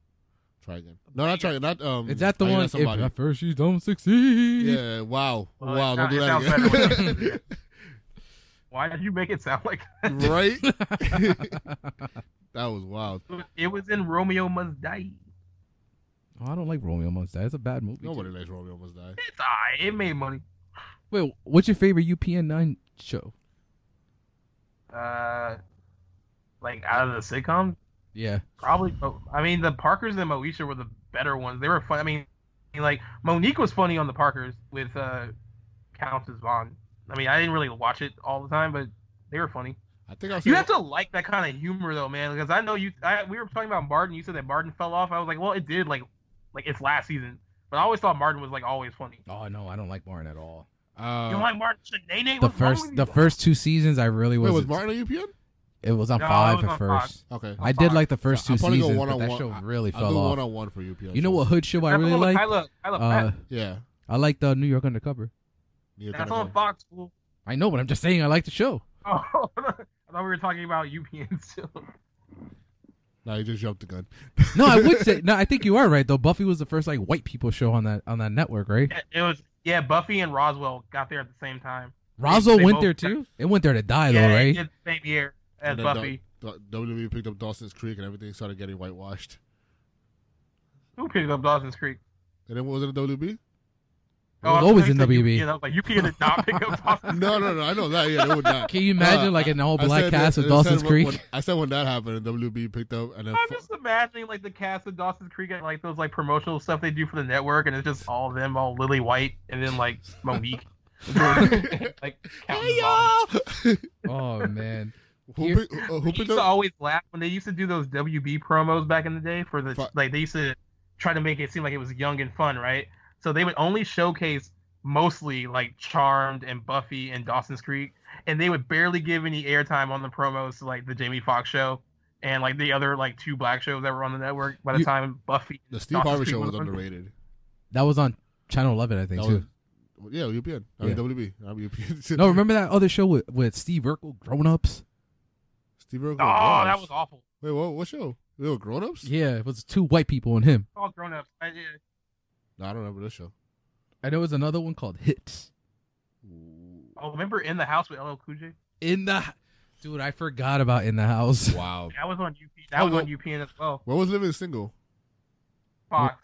Try again. No, not try again. Not um.
Is that the
Are You
one?
That Somebody?
If at first you don't succeed.
yeah. Wow.
Well,
wow.
it
Don't do
sound- it
that
sounds better
again.
Why did you make it sound like that?
right. that was wild.
it was in Romeo Must Die?
Oh, I don't like Romeo Must Die. It's a bad movie.
Nobody likes Romeo Must Die.
It's alright. It made money.
Wait, what's your favorite UPN nine show?
Uh, like out of the sitcoms,
Yeah.
probably. Mo- I mean, the Parkers and Moesha were the better ones. They were fun. I mean, like Monique was funny on the Parkers with uh, Countess Vaughn. I mean, I didn't really watch it all the time, but they were funny.
I think I
You
said
have to like that kind of humor, though, man. Because I know you. I, we were talking about Martin. You said that Martin fell off. I was like, well, it did. Like, like it's last season. But I always thought Martin was like always funny.
Oh no, I don't like Martin at all.
uh,
you don't like Martin? Shanae?
The
What's wrong
first,
with
the
you?
first two seasons, I really
Wait,
was.
was Martin on UPN?
It was on
No, it
five
was
at
on
first.
Okay.
I did like the first
I'll
two
probably go
seasons, but
one-on-one.
that show
I-
really
I'll
fell
do
off.
one on one for UPN.
You know what hood show I
That's the
really
one with
like?
Kyla, Kyla
Uh,
Pratt.
Yeah.
I like the New York Undercover.
Neil
That's
Kinnaman.
on Fox. Fool.
I know, but I'm just saying I like the show.
Oh, I thought we were talking about UPN still.
No, you just jumped the gun.
No, I would say no. I think you are right though. Buffy was the first like white people show on that on that network, right?
Yeah, It was yeah. Buffy and Roswell got there at the same time.
Roswell
they
went
both-
there too. It went there to die
yeah,
though,
it
right?
did the same year as
And then
Buffy.
Da- Da- WWE picked up Dawson's Creek and everything started getting whitewashed.
Who picked up Dawson's Creek? Oh,
And then what was it, WB?
It was
I
always
thought you
in
said
WB.
UPN. I was like, UPN did not pick up Dawson's
No, no, no. I know that. Yeah, they would not.
Can you imagine
Uh,
like an all
I
black
said
cast
that-
of
I said
Dawson's
when-
Creek?
when- I said when that happened, and WB picked up, and then
I'm
fu-
just imagining like the cast of Dawson's Creek at like those like promotional stuff they do for the network, and it's just all them, all Lily White, and then like Monique. like
hey
Captain Bob.
y'all.
oh man,
who,
Here-
pick, uh,
We
who
used
picked
to
up?
always laugh when they used to do those WB promos back in the day for the
Fu-
like they used to try to make it seem like it was young and fun, right? So they would only showcase mostly like Charmed and Buffy and Dawson's Creek, and they would barely give any airtime on the promos to like the Jamie Foxx show and like the other like two black shows that were on the network by the
You-
time Buffy.
The
and
Steve
Dawson's
Harvey
Creek
show was
on.
underrated.
that was on Channel Eleven, I think
That
too.
was, yeah, UPN. I mean
Yeah.
WB. I'm UPN.
No, remember that other show with, with Steve Urkel, Grown Ups?
Steve Urkel.
Oh, that was awful.
Wait, what? What show? We were grown ups.
Yeah, it was two white people and him.
All grown ups. I, yeah.
No, I don't remember this show.
And there was another one called Hits.
Oh, remember in the house with LL Cool J?
In the dude, I forgot about In the House.
Wow.
That was on UP.
Oh,
That was
well-
on UPN as well.
What was Living Single?
Fox.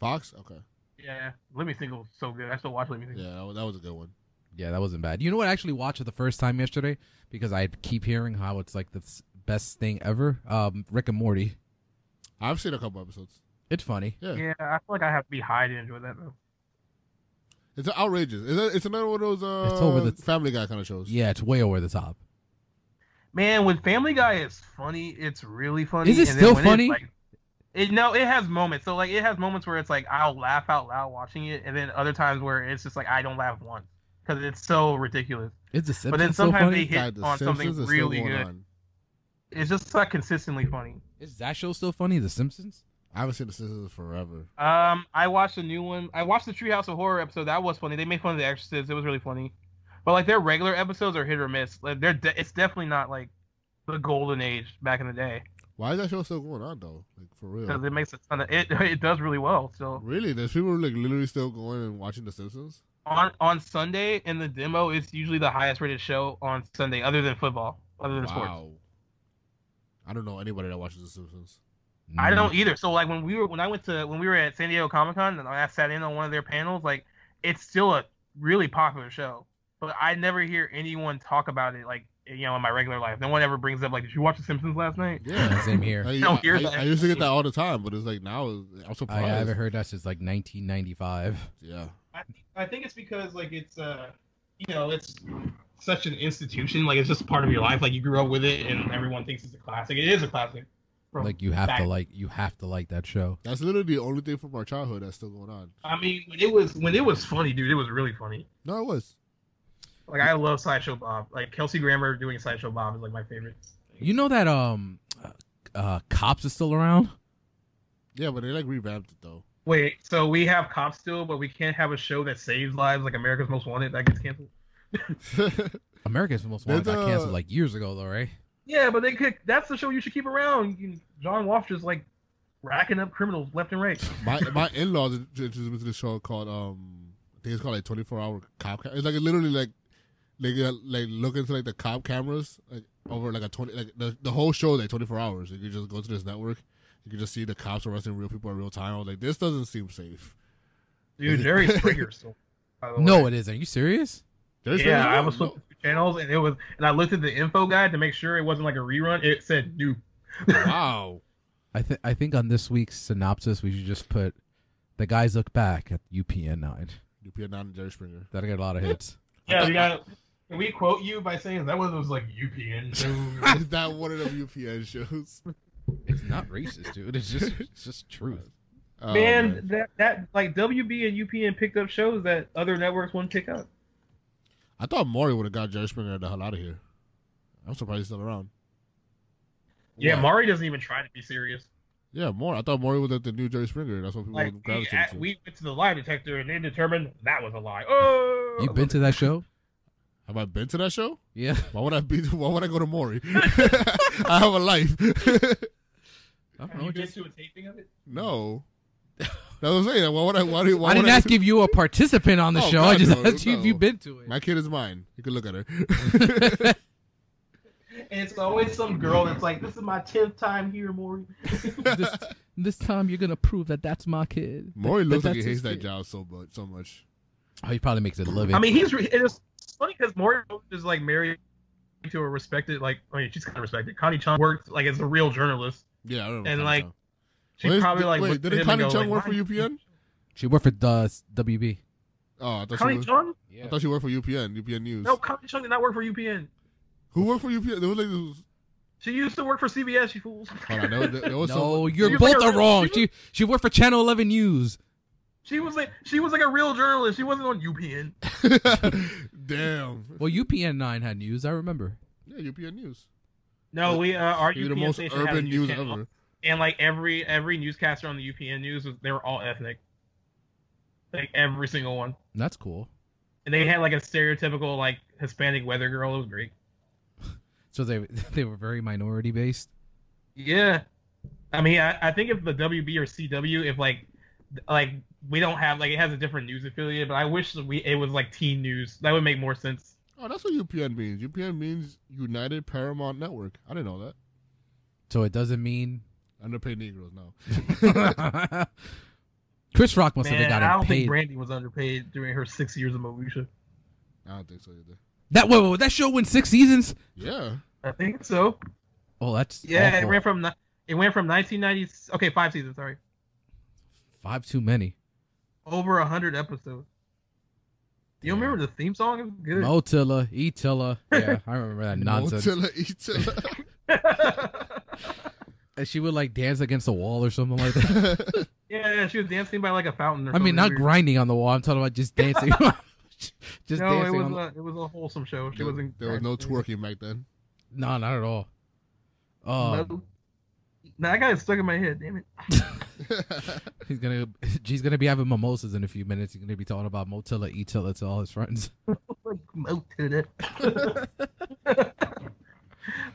Fox. Okay.
Yeah, Let Me Single was so good. I still watch Let Me Single.
Yeah, that was, that was a good one.
Yeah, that wasn't bad. You know what? I actually watched it the first time yesterday because I keep hearing how it's like the s- best thing ever. Um, Rick and Morty.
I've seen a couple episodes.
It's funny.
Yeah.
Yeah, I feel like I have to be high to enjoy that though.
It's outrageous. It's, a- it's another one of those uh,
It's over the-
Family Guy kind of shows.
Yeah, it's way over the top.
Man, with Family Guy, it's funny. It's really funny.
Is it
and then
still
when it's,
funny?
like- it, no, it has moments. So like, it has moments where it's like I'll laugh out loud watching it, and then other times where it's just like I don't laugh once because it's so ridiculous.
It's the Simpsons
but then
so
sometimes
funny?
they hit
God, The
on
Simpsons
something
is still
really
going
good.
on.
It's just like consistently funny.
Is that show still funny? The Simpsons.
I haven't seen The Simpsons forever.
Um, I watched a new one. I watched the Treehouse of Horror episode. That was funny. They made fun of the Exorcist. It was really funny. But like their regular episodes are hit or miss. Like they're de- it's definitely not like the golden age back in the day
Why is that show still going on though? Like for
because
real?
it makes a ton of it. It does really well. So
Really? There's people who, like literally still going and watching The Simpsons.
on on Sunday in the demo, it's usually the highest rated show on Sunday, other than football, other than sports.
Wow. I don't know anybody that watches The Simpsons.
I don't either. So like when we were when I went to when we were at San Diego Comic Con and I sat in on one of their panels, like it's still a really popular show, but I never hear anyone talk about it like you know in my regular life. No one ever brings up like, did you watch The Simpsons last night?
Yeah.
Same here.
I,
don't hear
I-
that.
I used to get that all the time, but it's like now it's- I'm
I
surprised.
haven't heard that since like 1995.
Yeah.
I, I think it's because like it's uh you know it's such an institution like it's just part of your life like you grew up with it and everyone thinks it's a classic it is a classic from
Like you have
back-
to like you have to like that show.
That's literally the only thing from our childhood that's still going on.
I mean when it was when it was funny dude it was really funny
No, it was.
like I love sideshow Bob like Kelsey Grammer doing sideshow Bob is like my favorite
You know that um uh cops is still around?
Yeah, but they like revamped it though.
wait so we have cops still but we can't have a show that saves lives like America's Most Wanted that gets canceled
America's Most Wanted
There's
got
a-
canceled like years ago though, right?
yeah but they could that's the show you should keep around you, John Wolf just like racking up criminals left and right
my my in laws introduced me to this show called um I think it's called like twenty four hour cop. Cam- it's like literally like they got, like look into like the cop cameras like over like a twenty like the, the whole show is, like twenty four hours. You can just go to this network. You can just see the cops arresting real people in real time. I was like, this doesn't seem safe.
dude Jerry Springer's still by the way.
No, it isn't. Are you serious?
There's
yeah,
really-
I was flipping through channels and it was, and I looked at the info guide to make sure it wasn't like a rerun. It said new.
wow.
I think I think on this week's synopsis we should just put the guys look back at UPN nine.
UPN non Jerry Springer.
That'll get a lot of hits.
Yeah, we got. Can we quote you by saying is that one of those like UPN? shows?
Is that one of the UPN shows?
it's not racist, dude. It's just it's just truth.
Oh,
man, that that like WB and UPN picked up shows that other networks wouldn't pick up.
I thought Maury would have got Jerry Springer the hell out of here. I'm surprised he's still around.
Yeah,
What?
Mari doesn't even try to be serious.
Yeah, more. I thought Maury was at the new Jerry Springer. That's what people
Like
would
we,
gravitate
at-
to.
we went to the lie detector and they determined that was a lie. Oh,
You've been to that show?
Have I been to that show?
Yeah.
Why would I be? Why would I go to Maury? I have a life.
I
Have you been to a taping of it?
no, that's what I'm saying. Why would I? Why, do- why
I
would
didn't ask if you were a participant on the
Oh,
show. I
God,
just
no,
asked you if
no.
you've been to it.
My kid is mine. You can look at her.
And it's always some girl that's like, "This is my tenth time here, Maury."
this, this time you're gonna prove that that's my kid.
Maury
That-
looks like
that's
he
his
hates that
kid.
job so much. So much.
Oh, he probably makes it a living.
I mean, he's re- it's funny because Maury is like married to a respected, like I mean, she's kind of respected. Connie Chung worked like as a real journalist.
Yeah, I remember.
And,
Connie
like,
Chung.
She
Wait,
probably
did-
like
wait,
looked at
didn't
him and
Connie
go,
Chung
like,
work for
"Why-
UPN?
she worked for the WB.
Oh, I thought, she
Connie
was,
Chung?
I thought she worked for UPN. UPN News.
No, Connie Chung did not work for UPN.
Who worked for UPN? There was like, this-
She used to work for CBS. You fools.
hold on, there was, there was
No,
someone-
you're
She was
both
like a
are
real-
wrong.
she
She she worked for Channel 11 News.
She was like she was like a real journalist. She wasn't on UPN.
Damn.
Well, UPN 9 had news. I remember.
Yeah, UPN News.
No, we uh, our
You're the
UPN
most
station had a
urban news
channel.
ever.
And like every every newscaster on the UPN news, was, they were all ethnic. Like every single one.
That's cool.
And they had like a stereotypical like Hispanic weather girl. It was great.
So they they were very minority based.
Yeah, I mean, I, I think if the WB or CW, if like, like we don't have like it has a different news affiliate, but I wish that we it was like Teen News. That would make more sense.
Oh, that's what UPN means. UPN means United Paramount Network. I didn't know that.
So it doesn't mean
Underpaid Negroes now.
Chris
Oh,
Rock must
Man,
have
I
gotten
don't think
paid.
Brandy was underpaid during her six years of Moesha.
I don't think so either.
that wait, wait, wait, that show went six seasons.
Yeah.
I think so.
Oh, that's
Yeah, it
awful.
ran from ni- it went from 1990. Okay, five seasons. Sorry,
five too many.
over a hundred episodes. You
Damn.
remember the theme song? It was good.
Motilla, Etilla. Yeah, I remember that nonsense.
Motilla, Etilla.
And she would like dance against a wall or something like that.
yeah, yeah, she was dancing by like a fountain. Or
I mean,
something
not
weird.
grinding on the wall. I'm talking about just dancing. just
No, it
dancing
was
on the-
a, it was a wholesome show. She
there,
wasn't.
there was no
twerking.
twerking back then.
No, not at all. Um,
No, Nah, I got it stuck in my head. Damn it.
he's gonna he's gonna be having mimosas in a few minutes. He's gonna be talking about Motilla Etilla to all his friends.
Mo to the.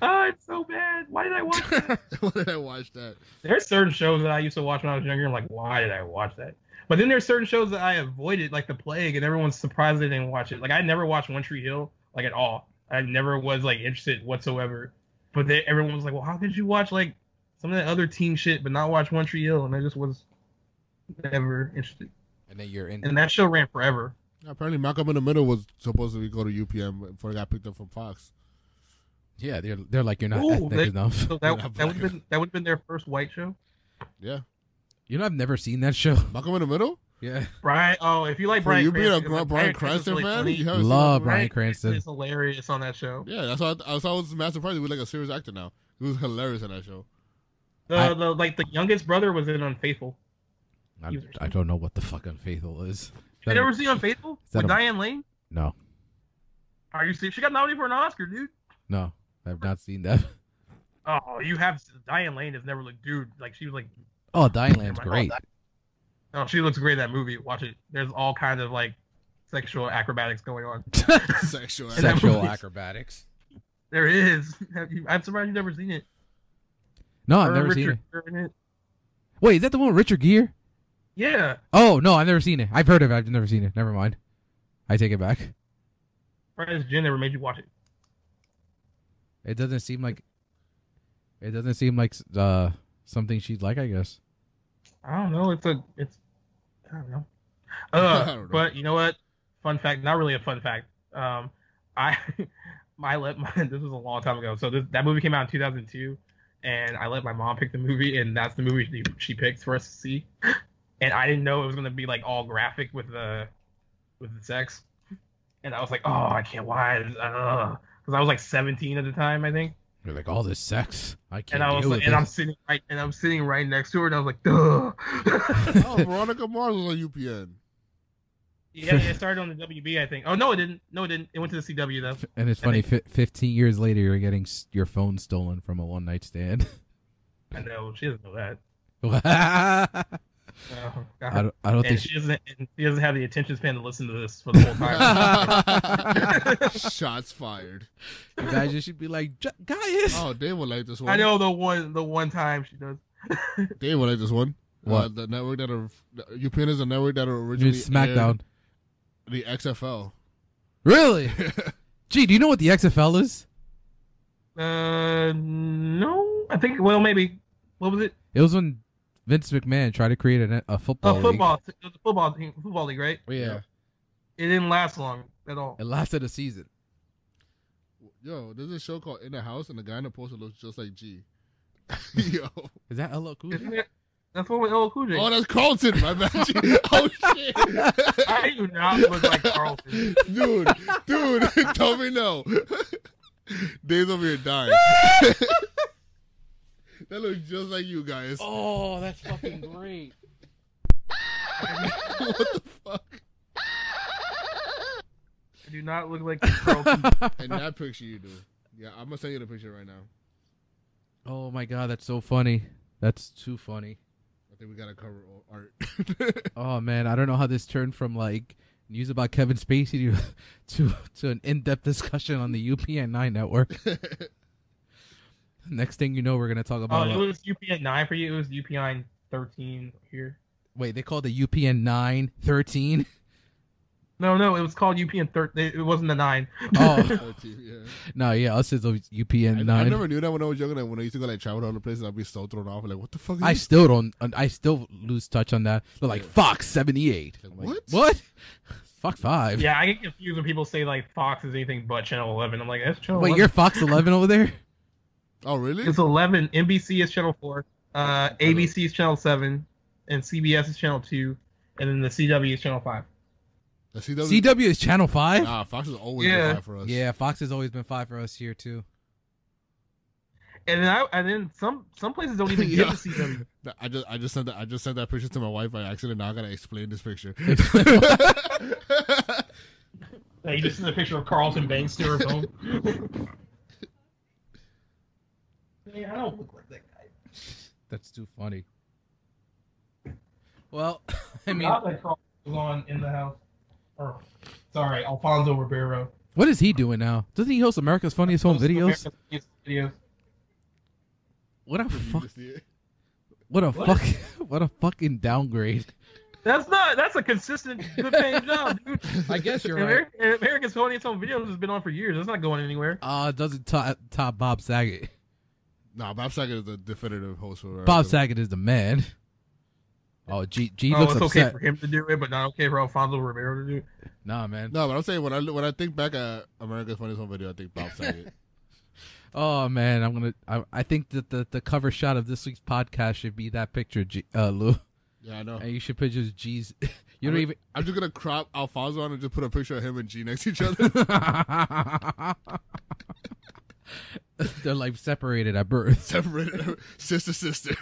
oh, it's so bad. Why did I watch that?
Why did I watch that?
There's certain shows that I used to watch when I was younger. I'm like, why did I watch that? But then there's certain shows that I avoided, like The Plague, and everyone's surprised they didn't watch it. Like I never watched One Tree Hill, like at all. I never was like interested whatsoever. But they, everyone was like, well, how could you watch like some of that other teen shit, but not watch One Tree Hill, and I just was never interested.
and then you're in.
And that show ran forever.
Apparently, Malcolm in the Middle was supposed to go to UPM before it got picked up from Fox.
yeah, they're they're like you're not
Ooh,
ethnic
they-
enough.
So
Yeah,
that that would
black.
have been that would have been their first white show.
Yeah,
You know, I've never seen that show.
Malcolm in the Middle.
Yeah,
Brian, oh, if you like
For
Brian,
you being a
Cranston,
Gra-
like,
Brian
Cranston's
Cranston
really
fan,
funny.
you haven't seen
Love
Malcolm in the
Brian
Middle?
Cranston.
is hilarious on that show.
Yeah, that's why I, that's why I was mad surprised he was like a serious actor now. He was hilarious on that show.
The,
I-
the like the youngest brother was in Unfaithful.
I,
You-
I don't know what the fuck Unfaithful is.
You never seen Unfaithful
is that
with
a-
Diane Lane?
No,
Are you serious? She got nominated for an Oscar, dude.
no, I've not seen that.
Oh, you have Diane Lane has never looked, dude. Like she was like,
Oh, Dying Land's
Oh, that-
great.
oh, she looks great in that movie. Watch it. There's all kinds of like sexual acrobatics going on.
Sexual.
that
Sexual
movie.
acrobatics.
There is. Have you- I'm surprised you've never seen it.
No, I've
Her and
never seen it.
Richard Gere in it.
Wait, is that the one with Richard Gere?
Yeah.
Oh no, I've never seen it. I've heard of it. I've never seen it. Never mind. I take it back.
Surprised Jen never made you watch it.
It doesn't seem like. It doesn't seem like uh, something she'd like. I guess.
I don't know. It's a. It's. I don't know.
I
Uh,
don't know.
But you know what? Fun fact. Not really a fun fact. Um, I, I let my. This was a long time ago. So this, that movie came out in 2002, and I let my mom pick the movie, and that's the movie she, she picked for us to see. And I didn't know it was gonna be like all graphic with the, with the sex. And I was like, oh, I can't. Why? Because I was like 17 at the time, I think.
You're like all this sex. I can't
And I was
deal
like,
with
and
it.
I'm sitting right, and I'm sitting right next to her, and I was like, duh.
oh, Veronica Mars was on UPN.
Yeah, it started on the WB, I think. Oh no, it didn't. No, it didn't. It went to the CW though.
and it's
and
funny. Fi- Fifteen years later, you're getting s- your phone stolen from a one night stand.
I know she doesn't know that.
I
Oh, God.
don't. I don't
and
think.
she doesn't. And she doesn't have the attention span to listen to this for the whole time.
Shots fired.
Imagine she'd be like, "J- guys.
Oh, they would like this one.
I know the one. The one time she does.
They would like this one. Uh,
What?
the network that are, UPN is a network that are originally
It's SmackDown.
aired the XFL.
Really? Gee, do you know what the XFL is?
Uh, no. I think. Well, maybe. What was it?
It was when Vince McMahon tried to create a, a football.
Oh,
league.
football. It was a football team. Football league, right?
Yeah.
It didn't last long at all.
It lasted a season.
Yo, there's a show called In the House, and the guy in the poster looks just like G. Yo.
Is that LL Cool J?
Isn't it- That's what with LL Cool J.
Oh, that's Carlton, my bad. G. Oh, shit.
I do not look like Carlton.
dude, dude, tell me no. Days over here dying. that looks just like you guys.
Oh, that's fucking great.
what the fuck?
I do not look like Carlton.
And that picture you do. Yeah, I'm gonna send you the picture right now.
oh my god, that's so funny. That's too funny.
I think we gotta cover all art.
Oh man, I don't know how this turned from like news about Kevin Spacey to to, to an in-depth discussion on the UPN9 network. Next thing you know, we're gonna talk
Oh,
about.
it was UPN nine for you. It was UPN thirteen here.
wait, they called the UPN9 13.
No, no, it was called UPN thir It wasn't the nine.
Oh
yeah.
no, yeah, us is always
I, I
UPN9.
never knew that when I was younger. Like, when I used to go like travel to other places, I'd be so thrown off. Like, what the fuck? Is
I
this?
still don't. I still lose touch on that. They're like Fox seventy eight.
What?
What? Fuck five.
yeah, I get confused when people say like Fox is anything but Channel Eleven. I'm like, that's Channel.
Wait,
11.
you're Fox eleven over there?
oh, really?
It's eleven. NBC is Channel four. Uh, ABC is Channel seven, and CBS is Channel two, and then the CW is Channel five.
The CW.
CW is channel five.
Nah, Fox is always
Yeah.
yeah. for us.
Yeah, Fox has always been five for us here too.
And then I, and then some some places don't even
Yeah.
get the CW.
Nah, I just I just sent that I just sent that picture to my wife by accident. Now I gotta explain this picture.
Like, you just see the picture of Carlton Banks to her phone. Man, I don't look like that guy.
That's too funny. Well, I mean,
Not that Carlton was on in the house. Or, sorry, Alfonso Ribeiro.
what is he doing now? Doesn't he host America's Funniest Home Videos?
America's Videos.
What a
You
fuck!
can see it.
What a
What?
fuck! What a fucking downgrade.
That's not. That's a consistent, good paying job, dude.
I guess you're right.
Amer- America's Funniest Home Videos has been on for years. It's not going anywhere.
Uh doesn't top, top Bob Saget.
Nah, Bob Saget is the definitive host for
Bob Saget is the man. Oh, G G
Oh,
looks
it's okay
upset.
for him to do it, but not okay for Alfonso Ribeiro to do it.
Nah, man.
No, but I'm saying when I when I think back at America's Funniest Home Video, I think Bob Saget.
Oh man, I'm gonna. I, I think that the, the cover shot of this week's podcast should be that picture, G, uh, Lou.
yeah, I know.
And you should put just G's. You don't
I'm ju-
even.
I'm just gonna crop Alfonso on and just put a picture of him and G next to each other.
They're like separated at birth.
Separated sister sister.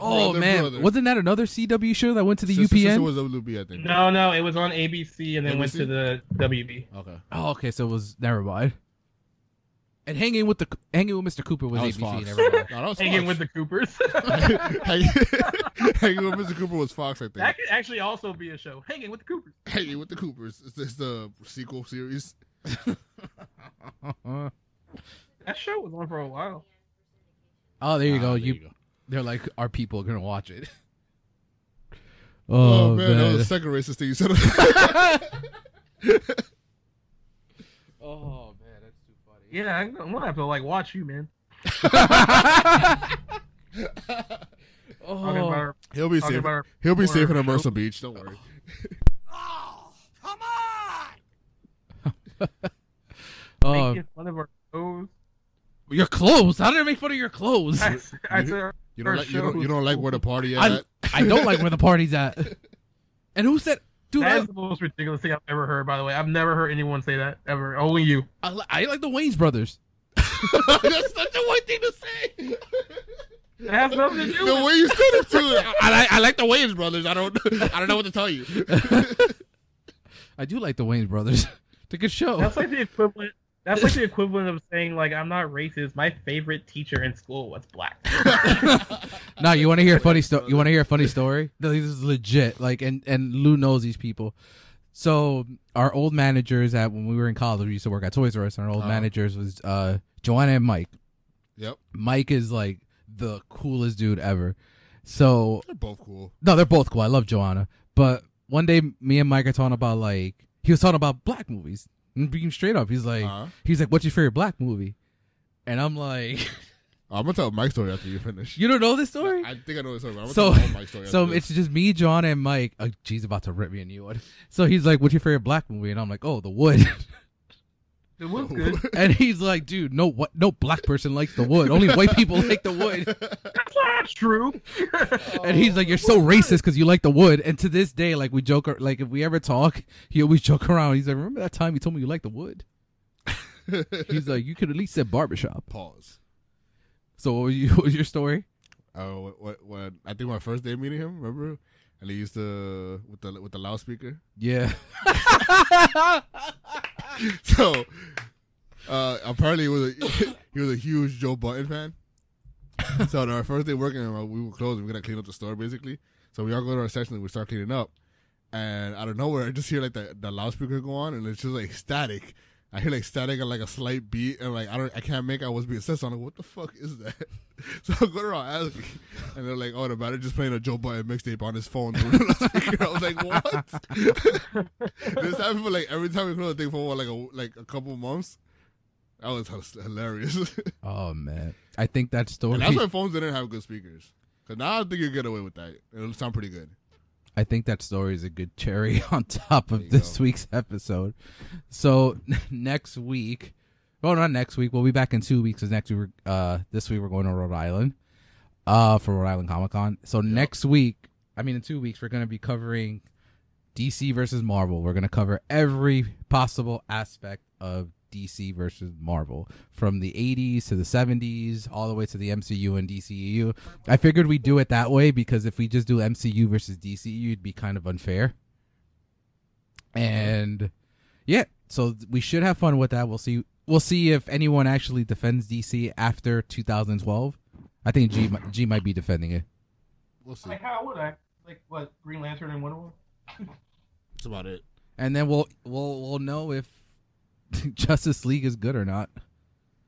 Oh
Brother,
man,
brother.
wasn't that another CW show that went to the
sister,
UPN?
Sister was WB, I think.
No, no, it was on ABC and then went
ABC?
to the WB.
Okay.
Oh, okay, so it was never mind. And hanging with the hanging with Mr. Cooper was,
That was
ABC.
Fox.
Never mind.
No, that was
Hanging
Fox.
with the Coopers.
hanging, hanging with Mr. Cooper was Fox, I
that
think.
could actually also be a show. Hanging with the Coopers.
Hanging with the Coopers. It's, it's the sequel series.
Uh,
That show was on for a while.
oh, there you
Ah,
go.
there
you,
you go.
they're like, are people gonna watch it?
Oh,
Oh,
man, that was the second racist thing you said.
oh man, that's too funny.
Yeah, I'm gonna I'm gonna have to like watch you, man. Talking about
Oh,
our-
He'll be
Talking
safe.
about our
He'll be safe in
horror
Immersive Beach. Don't worry.
oh,
making fun of our shows.
your clothes. How did I make fun of your clothes?
I, said- I said-
You don't
Our
like you
show
don't, you
was
don't like where the party
I,
at.
I don't like where the party's at. And who said, dude?
that is
I,
the most ridiculous thing I've ever heard. By the way, I've never heard anyone say that ever. Only you.
I, li- I like the Wayne's brothers.
That's such a white thing to say.
It has nothing to do.
the
with
way you said it too. I like I like the Wayans brothers. I don't I don't know what to tell you.
I do like the Wayne's brothers. It's a good show.
That's like the equivalent. That's like the equivalent of saying like I'm not racist. My favorite teacher in school was black.
No, you want to hear a funny story? You want to hear a funny story? No, this is legit. Like, and and Lou knows these people. So our old managers at when we were in college, we used to work at Toys R Us, and our old
Uh-huh.
managers was uh, Joanna and Mike.
yep,
Mike is like the coolest dude ever. So
they're both cool.
no, they're both cool. I love Joanna. But one day, me and Mike are talking about like he was talking about black movies. And being straight up, he's like,
Uh-huh.
he's like, "What's your favorite black movie?" And I'm like,
I'm gonna tell my story after you finish.
"You don't know this story?"
I think I know the story. But I'm gonna
so,
tell all my story.
so
after
it's
this.
just me, John, and Mike. Oh, G's about to rip me a new one. So he's like, "What's your favorite black movie?" And I'm like, "Oh, The Wood."
It was good.
and he's like, "Dude, no, what? No black person likes The Wood. Only white people like The Wood."
That's not true.
Oh.
And he's like, "You're so racist because you like The Wood." And to this day, like we joke, ar- like if we ever talk, he always joke around. He's like, "Remember that time you told me you liked The Wood?" he's like, "You could at least said barbershop."
pause.
So what was, you, what was your story?
Oh, what, what, what? I think my first day meeting him. Remember? And he used to with the with the loudspeaker.
Yeah.
So uh, apparently he was a, he was a huge Joe Button fan. so on our first day working, uh, we were closed. We were gonna clean up the store basically. So we all go to our section and we start cleaning up. And out of nowhere, I just hear like the, the loudspeaker go on, and it's just like static. I hear like static and like a slight beat, and like I don't, I can't make out what's being said. So I'm like, what the fuck is that? So I go around asking, and they're like, oh, the manager's playing a Joe Button mixtape on his phone. through the loudspeaker. I was like, what? this happened for like every time we close the thing for what, like a like a couple months. That was hus- hilarious.
Oh man, I think that story.
and that's why phones didn't have good speakers. Cause now I think you get away with that. It'll sound pretty good.
I think that story is a good cherry on top
There
of
you
this
go.
week's episode. So next week, well, not next week. We'll be back in two weeks. Because next week, we're, uh, this week we're going to Rhode Island, uh, for Rhode Island Comic Con. So next week, I mean, in two weeks, we're going to be covering DC versus Marvel. We're going to cover every possible aspect of DC versus Marvel from the 80s to the 70s all the way to the MCU and E DCEU. I figured we'd do it that way because if we just do MCU versus DCU, it'd be kind of unfair. And yeah, so th- we should have fun with that. We'll see. We'll see if anyone actually defends DC after 2012. I think G mi- G might be defending it.
We'll see.
like how would I? Like what? Green Lantern and Wonder Woman.
That's about it.
and then we'll we'll we'll know if Justice League is good or not.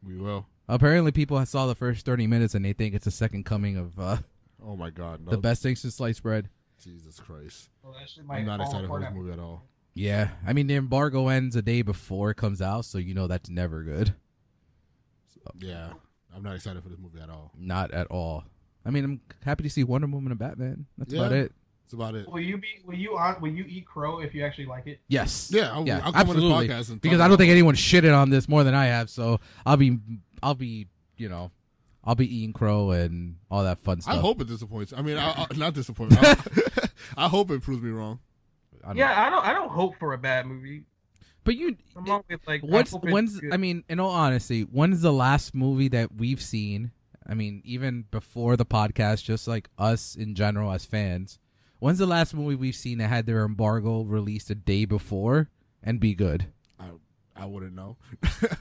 We will.
Apparently, people saw the first thirty minutes and they think it's the second coming of uh,
Oh my god, no.
the best thing since sliced bread.
Jesus Christ.
Well, that shit might
I'm not
fall
excited for
apart
this
after-
movie at all.
Yeah, I mean the embargo ends a day before it comes out, so you know that's never good.
Yeah. I I'm not excited for this movie at all.
Not at all. I mean, I'm happy to see Wonder Woman and Batman. That's
Yeah.
about it.
That's about it.
Will you be? Will you on? Will you eat crow if you actually like it?
Yes.
Yeah, I'll-
yeah,
I'll come on this
absolutely.
podcast and
because
talk
I don't think
about
anyone shitted on this more than I have. So I'll be, I'll be, you know, I'll be eating crow and all that fun stuff.
I hope it disappoints. I mean, I, I, not disappoint. I, I hope it proves me wrong.
I don't-
Yeah, I don't. I don't hope for a bad movie.
but you,
I'm always like, I
what's
hope it's
when's?
good.
I mean, in all honesty, when's the last movie that we've seen? I mean, even before the podcast, just like us in general as fans, when's the last movie we've seen that had their embargo released a day before and be good?
I I wouldn't know.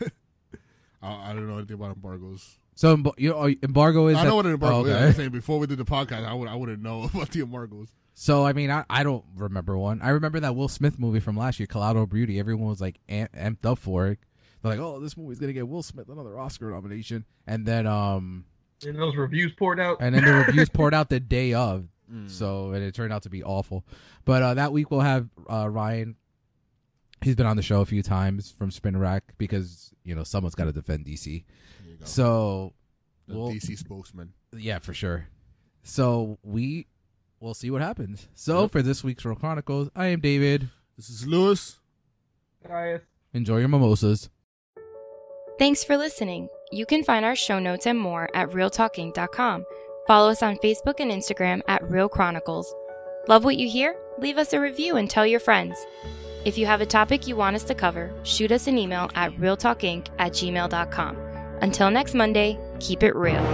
I, I don't know anything about embargoes.
So emb- you know, oh, embargo is.
I
that-
know what an embargo
Oh,
is.
okay.
I'm saying before we did the podcast, I would I wouldn't know about the embargoes.
So I mean, I, I don't remember one. I remember that Will Smith movie from last year, Collateral Beauty. Everyone was like am- amped up for it. They're like, "Oh, this movie's gonna get Will Smith another Oscar nomination." And then, um,
and those reviews poured out.
and then the reviews poured out the day of.
Mm.
So and it turned out to be awful. But uh, that week we'll have uh, Ryan. He's been on the show a few times from Spin Rack because you know someone's got to defend DC.
There you go.
So
the
we'll-
DC spokesman.
yeah, for sure. So we we'll see what happens. So
Yep.
for this week's Roll Chronicles, I am David.
This is Lewis.
Guys,
Enjoy your mimosas.
Thanks for listening. You can find our show notes and more at realtalking.com. Follow us on Facebook and Instagram at Real Chronicles. Love what you hear? Leave us a review and tell your friends. If you have a topic you want us to cover, shoot us an email at realtalkinc at gmail.com. Until next Monday, keep it real.